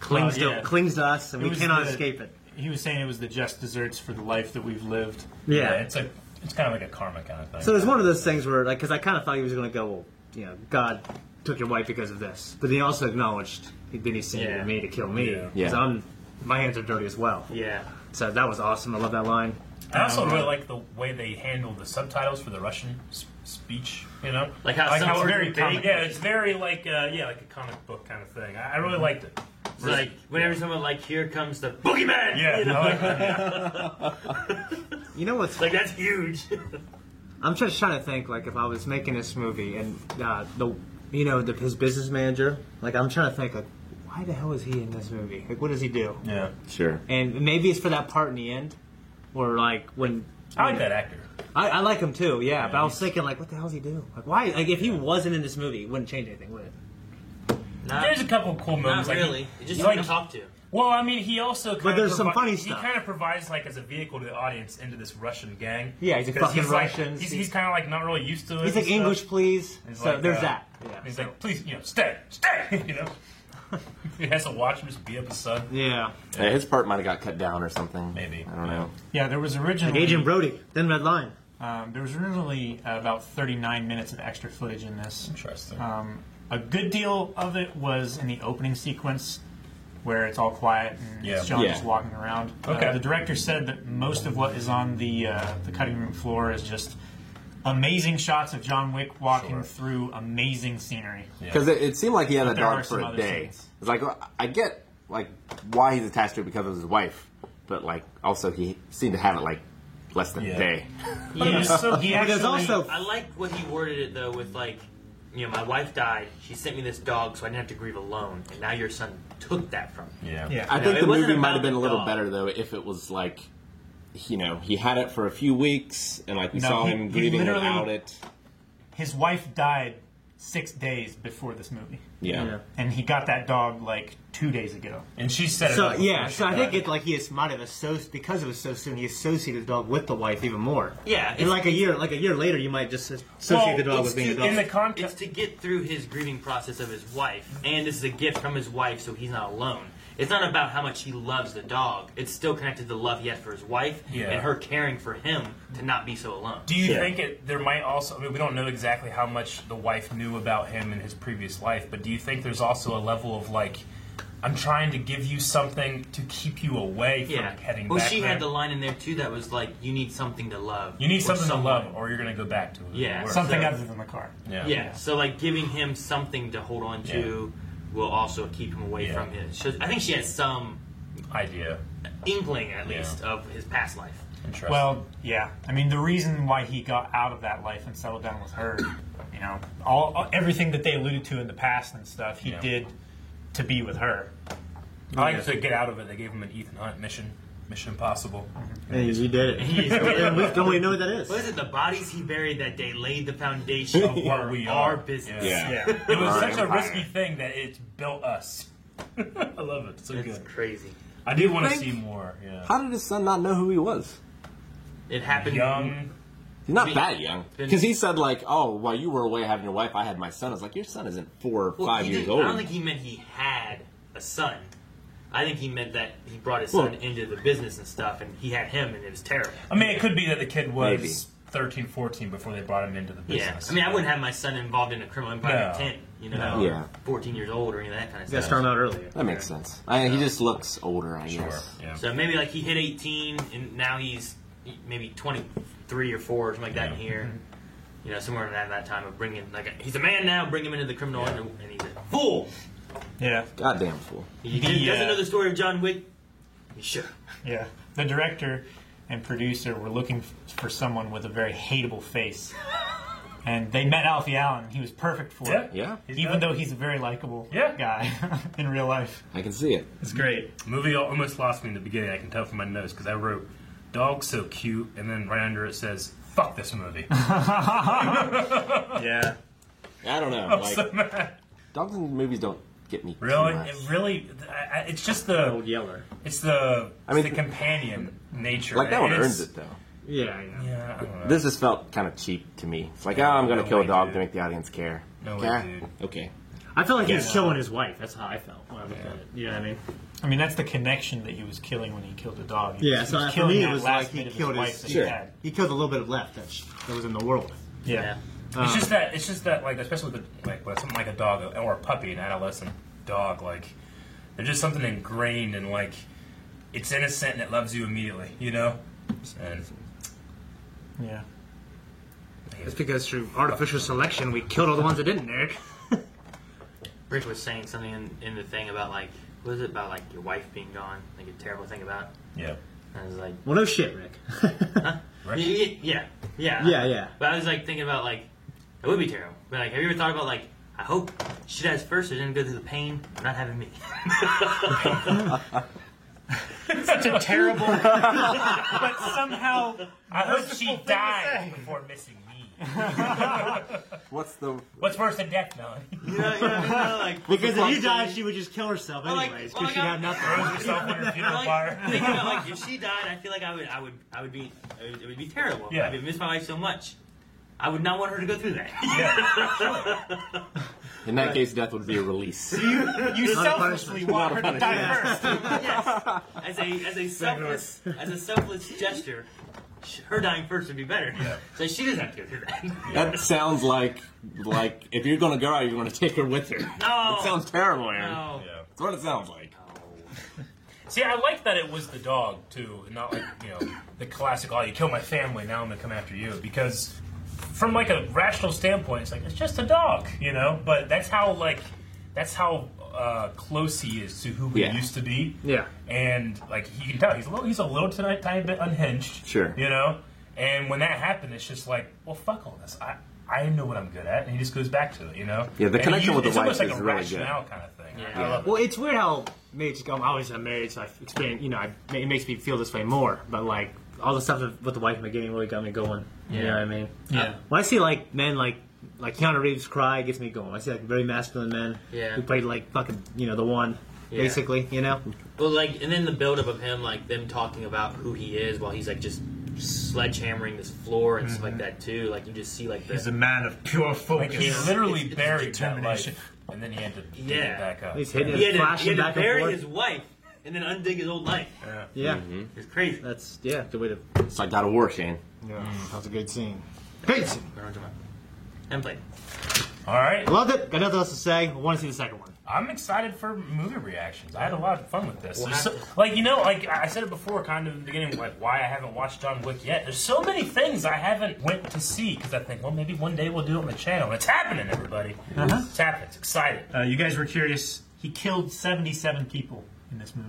Speaker 5: clings,
Speaker 1: Well, yeah.
Speaker 5: to, clings to us and
Speaker 1: It
Speaker 5: we
Speaker 1: was
Speaker 5: cannot
Speaker 1: the-
Speaker 5: escape it.
Speaker 1: He was saying it was the just desserts for the life that we've lived.
Speaker 5: Yeah.
Speaker 4: It's like it's kind of like a karma kind of thing.
Speaker 5: So it's one of those things where, like, because I kind of thought he was going to go, well, you know, God took your wife because of this, but he also acknowledged he then he sent you
Speaker 3: Yeah.
Speaker 5: to me to kill me
Speaker 4: Yeah.
Speaker 5: because
Speaker 2: Yeah.
Speaker 5: I'm my hands are dirty as well.
Speaker 3: Yeah.
Speaker 5: So that was awesome. I love that line.
Speaker 4: I also
Speaker 5: Um,
Speaker 4: really like the way they handle the subtitles for the Russian s- speech. You know,
Speaker 3: Like how some
Speaker 4: it's
Speaker 3: words
Speaker 4: very
Speaker 3: are comic
Speaker 4: big. Yeah, it's very like uh, yeah, like a comic book kind of thing. I, I really
Speaker 5: Mm-hmm.
Speaker 4: liked it.
Speaker 3: It's like, whenever someone, like, here comes the boogeyman!
Speaker 4: Yeah,
Speaker 3: You know?
Speaker 4: I like that.
Speaker 5: You know what's?
Speaker 3: Like, that's huge.
Speaker 5: I'm just trying to think, like, if I was making this movie and uh, the, you know, the, his business manager, like, I'm trying to think, like, why the hell is he in this movie? Like, what does he do?
Speaker 4: yeah.
Speaker 2: Sure.
Speaker 5: And maybe it's for that part in the end, or like when
Speaker 4: I like that actor.
Speaker 5: I, I like him too, yeah. but I was thinking, like, what the hell does he do? Like, why? Like, if he wasn't in this movie, it wouldn't change anything, would it?
Speaker 3: Not,
Speaker 4: There's a couple cool
Speaker 3: not
Speaker 4: moments. like,
Speaker 3: really. You just
Speaker 4: he,
Speaker 3: don't
Speaker 4: like,
Speaker 3: talk to.
Speaker 4: Well, I mean, he also. Kind
Speaker 5: But there's some funny
Speaker 4: He
Speaker 5: stuff.
Speaker 4: kind of provides like as a vehicle to the audience into this Russian gang.
Speaker 5: Yeah, he's a
Speaker 4: 'Cause
Speaker 5: fucking
Speaker 4: like-
Speaker 5: Russian.
Speaker 4: he's he's kind of like not really used to it.
Speaker 5: He's
Speaker 4: and
Speaker 5: like
Speaker 4: stuff.
Speaker 5: English, please.
Speaker 4: He's
Speaker 5: so
Speaker 4: like,
Speaker 5: there's
Speaker 4: uh,
Speaker 5: that.
Speaker 4: And
Speaker 5: Yeah.
Speaker 4: He's like, please, you know, stay, stay. You know, he has to watch him just beat up his son.
Speaker 5: Yeah.
Speaker 2: Yeah, his part might have got cut down or something.
Speaker 4: Maybe.
Speaker 2: I don't know.
Speaker 1: Yeah, there was
Speaker 5: Like
Speaker 1: originally
Speaker 5: Agent Brody, then Red Line.
Speaker 1: um, there was originally about 39 minutes of extra footage in this.
Speaker 4: Interesting.
Speaker 1: Um, a good deal of it was in the opening sequence where it's all quiet and
Speaker 4: Yeah.
Speaker 1: it's John just
Speaker 2: Yeah.
Speaker 1: walking around.
Speaker 4: Okay.
Speaker 1: Uh, the director said that most of what is on the uh, the cutting room floor is just amazing shots of John Wick walking
Speaker 4: Sure.
Speaker 1: through amazing scenery.
Speaker 2: Because it, it seemed like he had a
Speaker 1: there are
Speaker 2: dog for
Speaker 1: some
Speaker 2: a
Speaker 1: other
Speaker 2: day.
Speaker 1: scenes.
Speaker 2: It's like well, I get like why he's attached to it because of his wife, but like also he seemed to have it like less than
Speaker 4: Yeah.
Speaker 2: a day.
Speaker 1: He, was so- he
Speaker 5: But
Speaker 1: actually,
Speaker 5: there's also
Speaker 3: I like what he worded it though with like, you know, my wife died. She sent me this dog, so I didn't have to grieve alone. And now your son took that from me.
Speaker 4: Yeah.
Speaker 1: yeah,
Speaker 2: I
Speaker 3: No,
Speaker 2: think
Speaker 3: it
Speaker 2: the
Speaker 3: wasn't
Speaker 2: movie might
Speaker 3: about
Speaker 2: have been a
Speaker 3: the
Speaker 2: little
Speaker 3: dog.
Speaker 2: better though if it was like, you know, he had it for a few weeks and like we
Speaker 1: No,
Speaker 2: saw
Speaker 1: he-
Speaker 2: him
Speaker 1: he
Speaker 2: grieving
Speaker 1: literally-
Speaker 2: without it.
Speaker 1: his wife died six days before this movie,
Speaker 2: Yeah.
Speaker 5: Yeah.
Speaker 1: and he got that dog like two days ago.
Speaker 4: And she said it.
Speaker 5: so
Speaker 4: up before
Speaker 5: yeah.
Speaker 4: she
Speaker 5: So I think
Speaker 4: died.
Speaker 5: it like he is might have associated because it was so soon. He associated the dog with the wife even more.
Speaker 3: Yeah,
Speaker 5: And
Speaker 3: it's,
Speaker 5: like a year, like a year later, you might just associate
Speaker 4: Well,
Speaker 5: the dog
Speaker 4: it's
Speaker 5: with being a
Speaker 4: to-
Speaker 5: dog.
Speaker 4: in the
Speaker 3: it's
Speaker 4: context.
Speaker 3: to get through his grieving process of his wife, and this is a gift from his wife, so he's not alone. It's not about how much he loves the dog. It's still connected to the love he has for his wife
Speaker 4: Yeah.
Speaker 3: and her caring for him to not be so alone.
Speaker 4: Do you
Speaker 2: Yeah.
Speaker 4: think it, there might also? I mean, we don't know exactly how much the wife knew about him in his previous life, but do you think there's also a level of like, I'm trying to give you something to keep you away from
Speaker 3: Yeah.
Speaker 4: heading
Speaker 3: Well,
Speaker 4: back
Speaker 3: she
Speaker 4: there?
Speaker 3: had the line in there too that was like, "You need something to love.
Speaker 4: You
Speaker 3: or
Speaker 4: need something to
Speaker 3: someone."
Speaker 4: love, or you're gonna go back to it.
Speaker 3: Yeah,
Speaker 4: Or-
Speaker 1: Something
Speaker 3: So-
Speaker 1: other than the car.
Speaker 4: yeah.
Speaker 3: Yeah. So like giving him something to hold on to will also keep him away
Speaker 4: Yeah.
Speaker 3: from his. So I think she has some
Speaker 4: idea.
Speaker 3: inkling at
Speaker 4: Yeah.
Speaker 3: least of his past life.
Speaker 4: Interesting.
Speaker 1: Well, yeah. I mean, the reason why he got out of that life and settled down with her, you know, all, all- everything that they alluded to in the past and stuff, he
Speaker 4: Yeah.
Speaker 1: did to be with her.
Speaker 4: I like to get out of it. They gave him an Ethan Hunt mission, Mission Impossible.
Speaker 5: Hey, you did it. and we don't even know what that is.
Speaker 3: What is it? The bodies he buried that day laid the foundation of
Speaker 4: what
Speaker 3: our,
Speaker 4: we are.
Speaker 3: our business.
Speaker 2: Yeah.
Speaker 4: It was
Speaker 2: Alright,
Speaker 4: such a
Speaker 2: empire.
Speaker 4: risky thing that it built us. I love it. So
Speaker 3: It's
Speaker 4: good.
Speaker 3: crazy.
Speaker 4: I do want to
Speaker 2: think-
Speaker 4: see more. Yeah.
Speaker 2: How did his son not know who he was?
Speaker 3: It happened.
Speaker 4: Young.
Speaker 2: He's not
Speaker 3: Been-
Speaker 2: that young.
Speaker 3: been-
Speaker 2: Because he said like, oh, while you were away having your wife, I had my son. I was like, your son isn't four or
Speaker 3: Well,
Speaker 2: five
Speaker 3: he
Speaker 2: years
Speaker 3: didn't-
Speaker 2: old.
Speaker 3: I don't think he meant he had a son. I think he meant that he brought his
Speaker 2: Well-
Speaker 3: son into the business and stuff, and he had him, and it was terrible.
Speaker 4: I mean, it could be that the kid was
Speaker 2: Maybe.
Speaker 4: 13, 14 before they brought him into the
Speaker 3: Yeah.
Speaker 4: business.
Speaker 3: I mean, I wouldn't have my son involved in a criminal empire
Speaker 4: No.
Speaker 3: at 10, you know,
Speaker 2: No. Yeah.
Speaker 3: 14 years old or any of that kind of
Speaker 5: You got
Speaker 3: stuff.
Speaker 5: thrown out earlier.
Speaker 2: that makes sense. I, he just looks older, I
Speaker 4: Sure.
Speaker 2: guess.
Speaker 4: Yeah.
Speaker 3: So maybe like he hit 18 and now he's maybe 23 or 4 or something like that in
Speaker 4: Yeah.
Speaker 3: here. You know, somewhere around that time of bringing, like, he's a man now, bring him into the criminal under and he's a fool.
Speaker 1: Yeah.
Speaker 2: Goddamn fool.
Speaker 3: He
Speaker 1: The,
Speaker 3: doesn't
Speaker 1: uh,
Speaker 3: know the story of John Wick. He should.
Speaker 1: Yeah. The director and producer were looking f- for someone with a very hateable face. And they met Alfie Allen. He was perfect for
Speaker 4: Yeah.
Speaker 1: it.
Speaker 2: Yeah,
Speaker 4: He's
Speaker 1: Even
Speaker 4: done.
Speaker 1: though he's a very likable
Speaker 4: Yeah.
Speaker 1: guy in real life.
Speaker 2: I can see it.
Speaker 1: It's great.
Speaker 4: movie almost lost me in the beginning. I can tell from my nose because I wrote "dog so cute" and then right under it says "fuck this movie."
Speaker 1: Yeah.
Speaker 2: I don't know.
Speaker 4: I'm
Speaker 2: Like,
Speaker 4: so mad.
Speaker 2: dogs in movies don't get me. too
Speaker 4: Really,
Speaker 2: much.
Speaker 4: it really, I, I, it's just the,
Speaker 5: Old Yeller.
Speaker 4: it's the,
Speaker 2: I mean-
Speaker 4: it's the companion nature.
Speaker 2: Like that
Speaker 4: And
Speaker 2: one
Speaker 4: it's-
Speaker 2: earns it though.
Speaker 5: Yeah, yeah.
Speaker 4: Yeah, I don't know.
Speaker 2: This has felt kind of cheap to me. It's like, oh, I'm gonna
Speaker 4: No
Speaker 2: kill
Speaker 4: way,
Speaker 2: a dog
Speaker 4: dude.
Speaker 2: to make the audience care.
Speaker 4: No way,
Speaker 2: yeah.
Speaker 4: dude.
Speaker 2: Okay.
Speaker 5: I felt like he was
Speaker 4: Yeah.
Speaker 5: killing his wife. That's how I felt when I looked at it. You know what I mean?
Speaker 1: I mean, that's the connection that he was killing when he killed the dog. He
Speaker 5: Yeah,
Speaker 1: was,
Speaker 5: so
Speaker 1: he was
Speaker 5: for
Speaker 1: killing
Speaker 5: me, it
Speaker 1: that
Speaker 5: was
Speaker 1: last
Speaker 5: like he
Speaker 1: bit of
Speaker 5: killed
Speaker 1: his
Speaker 5: his-
Speaker 1: wife that
Speaker 2: Sure.
Speaker 1: he had.
Speaker 5: He killed a little bit of left that, sh- that was in the world.
Speaker 1: yeah.
Speaker 4: it's just that, it's just that, like especially with like with something like a dog or a puppy, an adolescent dog, like there's just something ingrained and like it's innocent and it loves you immediately, you know. And
Speaker 1: Yeah.
Speaker 5: It's because through artificial selection, we killed all the ones that didn't, Eric.
Speaker 3: Rick was saying something in, in the thing about, like, what is it about, like, your wife being gone? Like, a terrible thing about.
Speaker 4: yeah,
Speaker 3: And I was like,
Speaker 5: Well, no shit, Rick.
Speaker 4: Right.
Speaker 3: Y- y- Yeah, yeah,
Speaker 5: Yeah, yeah.
Speaker 3: But I was like thinking about like it would be terrible. But like, have you ever thought about like I hope she dies first, so she doesn't go through the pain of not having me.
Speaker 1: Such a terrible. but somehow
Speaker 4: I hope she died before missing me.
Speaker 2: What's the
Speaker 4: What's worse than death, Melanie?
Speaker 5: yeah, yeah, yeah, like, because if you died, she would just kill herself
Speaker 3: like-
Speaker 5: anyways,
Speaker 3: well, like,
Speaker 5: because she'd
Speaker 3: I'm-
Speaker 5: have nothing.
Speaker 4: Throws yourself on your funeral
Speaker 3: Like,
Speaker 4: pyre.
Speaker 3: thinking about, like, if she died, I feel like I would, I would, I would be, it would, it would be terrible.
Speaker 4: Yeah.
Speaker 3: I would miss my wife so much. I would not want her to go through that.
Speaker 2: in that case? Death would be a release.
Speaker 1: You
Speaker 5: Not a
Speaker 1: selfishly want her to die first.
Speaker 3: yes. As a, as a selfless, as a selfless gesture, sh- her dying first would be better. So she doesn't have to go through that.
Speaker 2: That sounds like like if you're gonna go out, you're gonna take her with her.
Speaker 3: No.
Speaker 2: It sounds terrible, Aaron.
Speaker 3: No.
Speaker 4: Yeah.
Speaker 2: That's what it sounds like.
Speaker 4: See, I like that it was the dog too, and not like you know the classic. Oh, you killed my family, now I'm gonna come after you. Because from like a rational standpoint, it's like it's just a dog, you know. But that's how like that's how uh, close he is to who he
Speaker 2: Yeah.
Speaker 4: used to be.
Speaker 5: Yeah.
Speaker 4: And like you can tell, he's a little he's a little tiny, tiny bit unhinged.
Speaker 2: Sure.
Speaker 4: You know. And when that happened, it's just like, well, fuck all this. I I know what I'm good at, and he just goes back to it, you know.
Speaker 2: Yeah, the
Speaker 4: And he
Speaker 2: connection
Speaker 4: used-
Speaker 2: with the
Speaker 4: it's almost
Speaker 2: wife
Speaker 4: like
Speaker 2: is
Speaker 4: a
Speaker 2: really good.
Speaker 4: rationale kind of thing.
Speaker 3: Yeah.
Speaker 4: I love it.
Speaker 5: Well, it's weird how marriage. I'm always I'm married, so I experience. You know, I, it makes me feel this way more. But like all the stuff with the wife in the beginning really got me going. You know what I mean? Uh,
Speaker 1: Yeah.
Speaker 5: When I see like men like like Keanu Reeves cry, it gets me going. I see like very masculine men
Speaker 3: Yeah.
Speaker 5: who played like fucking you know the one
Speaker 3: Yeah.
Speaker 5: basically. You know?
Speaker 3: Well, like, and then the buildup of him, like them talking about who he is while he's like just sledgehammering this floor and stuff like that too. Like you just see like the
Speaker 1: He's a man of pure
Speaker 4: Like he
Speaker 1: focus.
Speaker 4: literally
Speaker 3: it's
Speaker 4: buried that
Speaker 1: determination.
Speaker 4: life, and then he had to dig
Speaker 3: Yeah.
Speaker 4: it back up.
Speaker 5: He's hitting
Speaker 3: he had to, he
Speaker 5: it, flashing
Speaker 3: had to
Speaker 5: back and
Speaker 3: bury
Speaker 5: forth.
Speaker 3: his Mm-hmm. wife and then undig his old life.
Speaker 4: Yeah.
Speaker 5: yeah.
Speaker 3: It's crazy.
Speaker 5: That's yeah the way to.
Speaker 2: It's like God of War, Shane.
Speaker 5: Yeah. That was a great scene. Great scene.
Speaker 3: And play.
Speaker 4: All right,
Speaker 5: I loved it. Got nothing else to say. I want to see the second one.
Speaker 4: I'm excited for movie reactions. I had a lot of fun with this.
Speaker 3: We'll
Speaker 4: There's
Speaker 3: have
Speaker 4: so- like you know, like I I said it before, kind of in the beginning, like why I haven't watched John Wick yet. There's so many things I haven't went to see because I think, well, maybe one day we'll do it on the channel. And It's happening, everybody. It's happening. It's exciting.
Speaker 1: Uh, you guys were curious. He killed 77 people in this movie.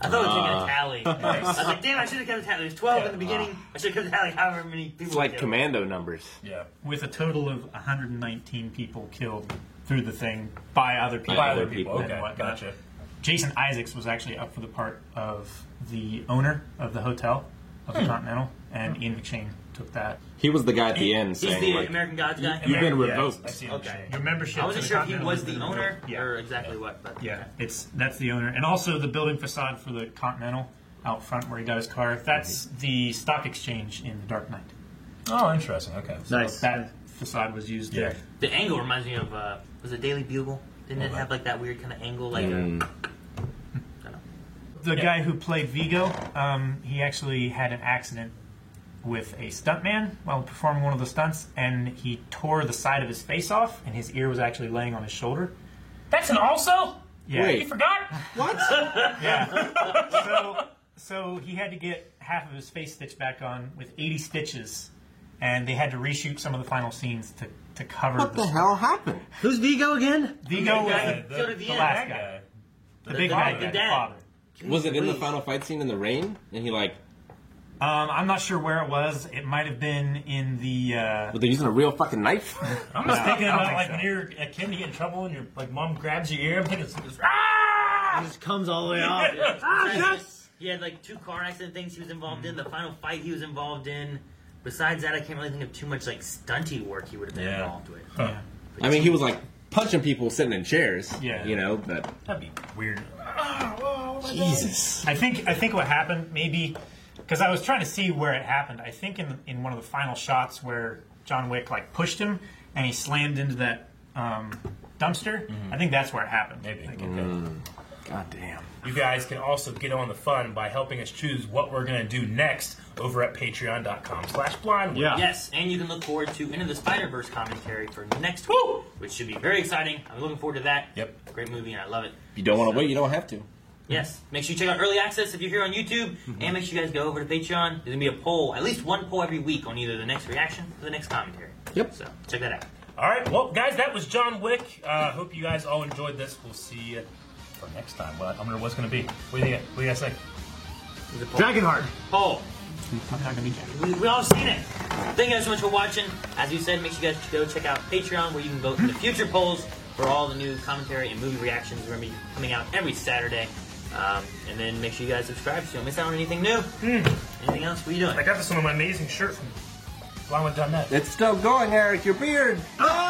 Speaker 3: I thought it was taking a tally. I was like, damn, I should have kept a tally. There's 12 in the beginning. I should have kept a tally however many people.
Speaker 2: It's like
Speaker 3: we killed.
Speaker 2: commando numbers.
Speaker 4: Yeah.
Speaker 1: With a total of 119 people killed through the thing by other people.
Speaker 2: By
Speaker 4: By
Speaker 2: other
Speaker 4: other
Speaker 2: people,
Speaker 4: people.
Speaker 1: and
Speaker 4: Okay,
Speaker 1: whatnot.
Speaker 4: gotcha.
Speaker 1: Jason Isaacs was actually up for the part of the owner of the hotel of the Continental, and Ian McShane took that.
Speaker 2: He was the guy at the end
Speaker 3: He's
Speaker 2: saying,
Speaker 3: the
Speaker 2: like,
Speaker 3: American Gods guy.
Speaker 2: "You've been
Speaker 4: Yeah,
Speaker 2: revoked."
Speaker 4: I see
Speaker 3: Okay.
Speaker 4: okay.
Speaker 1: Your membership.
Speaker 3: I wasn't
Speaker 1: to
Speaker 3: sure if he
Speaker 1: Continental
Speaker 3: was the
Speaker 1: been
Speaker 3: owner
Speaker 1: revoked. Yeah.
Speaker 3: or exactly what, but
Speaker 1: Yeah, it's that's the owner, and also the building facade for the Continental out front where he got his car. That's
Speaker 3: Mm-hmm.
Speaker 1: the stock exchange in the Dark Knight.
Speaker 4: Oh, interesting. Okay.
Speaker 5: Nice.
Speaker 1: That facade was used
Speaker 4: Yeah.
Speaker 1: there.
Speaker 3: the angle reminds me of uh, was it Daily Bugle? Didn't it have like that weird kind of angle, like
Speaker 2: Mm.
Speaker 1: The
Speaker 4: Yeah.
Speaker 1: guy who played Vigo, um, he actually had an accident with a stuntman while performing one of the stunts, and he tore the side of his face off, and his ear was actually laying on his shoulder.
Speaker 4: That's an also.
Speaker 1: Yeah.
Speaker 2: Wait.
Speaker 4: You forgot?
Speaker 1: Yeah. so, so he had to get half of his face stitched back on with 80 stitches, and they had to reshoot some of the final scenes to, to cover
Speaker 2: What the
Speaker 1: the
Speaker 2: hell happened?
Speaker 5: Who's Vigo again?
Speaker 1: Vigo was
Speaker 3: guy
Speaker 1: the,
Speaker 3: who killed at the
Speaker 1: the
Speaker 3: end,
Speaker 1: last
Speaker 4: That
Speaker 1: guy.
Speaker 4: guy.
Speaker 1: the, big
Speaker 3: the
Speaker 1: guy,
Speaker 3: father.
Speaker 1: the
Speaker 3: Dad.
Speaker 1: father.
Speaker 2: Was it in the
Speaker 3: Please.
Speaker 2: final fight scene in the rain? And he like,
Speaker 1: Um, I'm not sure where it was. It might have been in the. Uh,
Speaker 2: well, they're using a real fucking knife.
Speaker 4: I'm just thinking
Speaker 1: I don't
Speaker 4: about
Speaker 1: think
Speaker 4: like
Speaker 1: so.
Speaker 4: when you're a kid and you get in trouble and your like mom grabs your ear. I'm thinking, it's, it's, ah!
Speaker 5: Just comes all the way off. ah, yes.
Speaker 3: He had like two car accident things he was involved in. The final fight he was involved in. Besides that, I can't really think of too much like stunty work he would have been
Speaker 4: Yeah.
Speaker 3: involved with.
Speaker 1: yeah.
Speaker 2: I mean, he was like punching people sitting in chairs.
Speaker 1: Yeah.
Speaker 2: You know, but
Speaker 4: That'd be weird.
Speaker 2: Jesus.
Speaker 1: I think I think what happened maybe because I was trying to see where it happened. I think in in one of the final shots where John Wick like pushed him and he slammed into that um, dumpster. I think that's where it happened.
Speaker 4: Maybe.
Speaker 1: Like,
Speaker 4: Okay.
Speaker 2: God damn.
Speaker 4: You guys can also get on the fun by helping us choose what we're gonna do next over at patreon.com slash blind.
Speaker 5: Yeah.
Speaker 3: Yes, and you can look forward to Into the Spider Verse commentary for next week,
Speaker 4: Woo!
Speaker 3: which should be very exciting. I'm looking forward to that.
Speaker 4: Yep.
Speaker 3: Great movie, and I love it.
Speaker 2: If you don't want to wait, you don't have to.
Speaker 3: Yes. Make sure you check out Early Access if you're here on YouTube, and make sure you guys go over to Patreon. There's going to be a poll, at least one poll every week on either the next reaction or the next commentary.
Speaker 2: Yep.
Speaker 3: So check that out.
Speaker 4: Alright, well guys, that was John Wick. Uh hope you guys all enjoyed this. We'll see you for next time. Well, I wonder what's gonna be. What do you think? What do you guys think?
Speaker 3: There's a poll.
Speaker 5: Dragonheart.
Speaker 3: poll.
Speaker 1: I'm not gonna be Jack.
Speaker 3: We, we all seen it. Thank you guys so much for watching. As you said, make sure you guys go check out Patreon where you can vote in the future polls for all the new commentary and movie reactions we're going to be coming out every Saturday. Um, and then make sure you guys subscribe so you don't miss out on anything new. Anything else? What are you doing?
Speaker 4: I got this on my amazing shirt from Blind would have done that.
Speaker 2: It's still going, Eric. Your beard.
Speaker 5: Oh!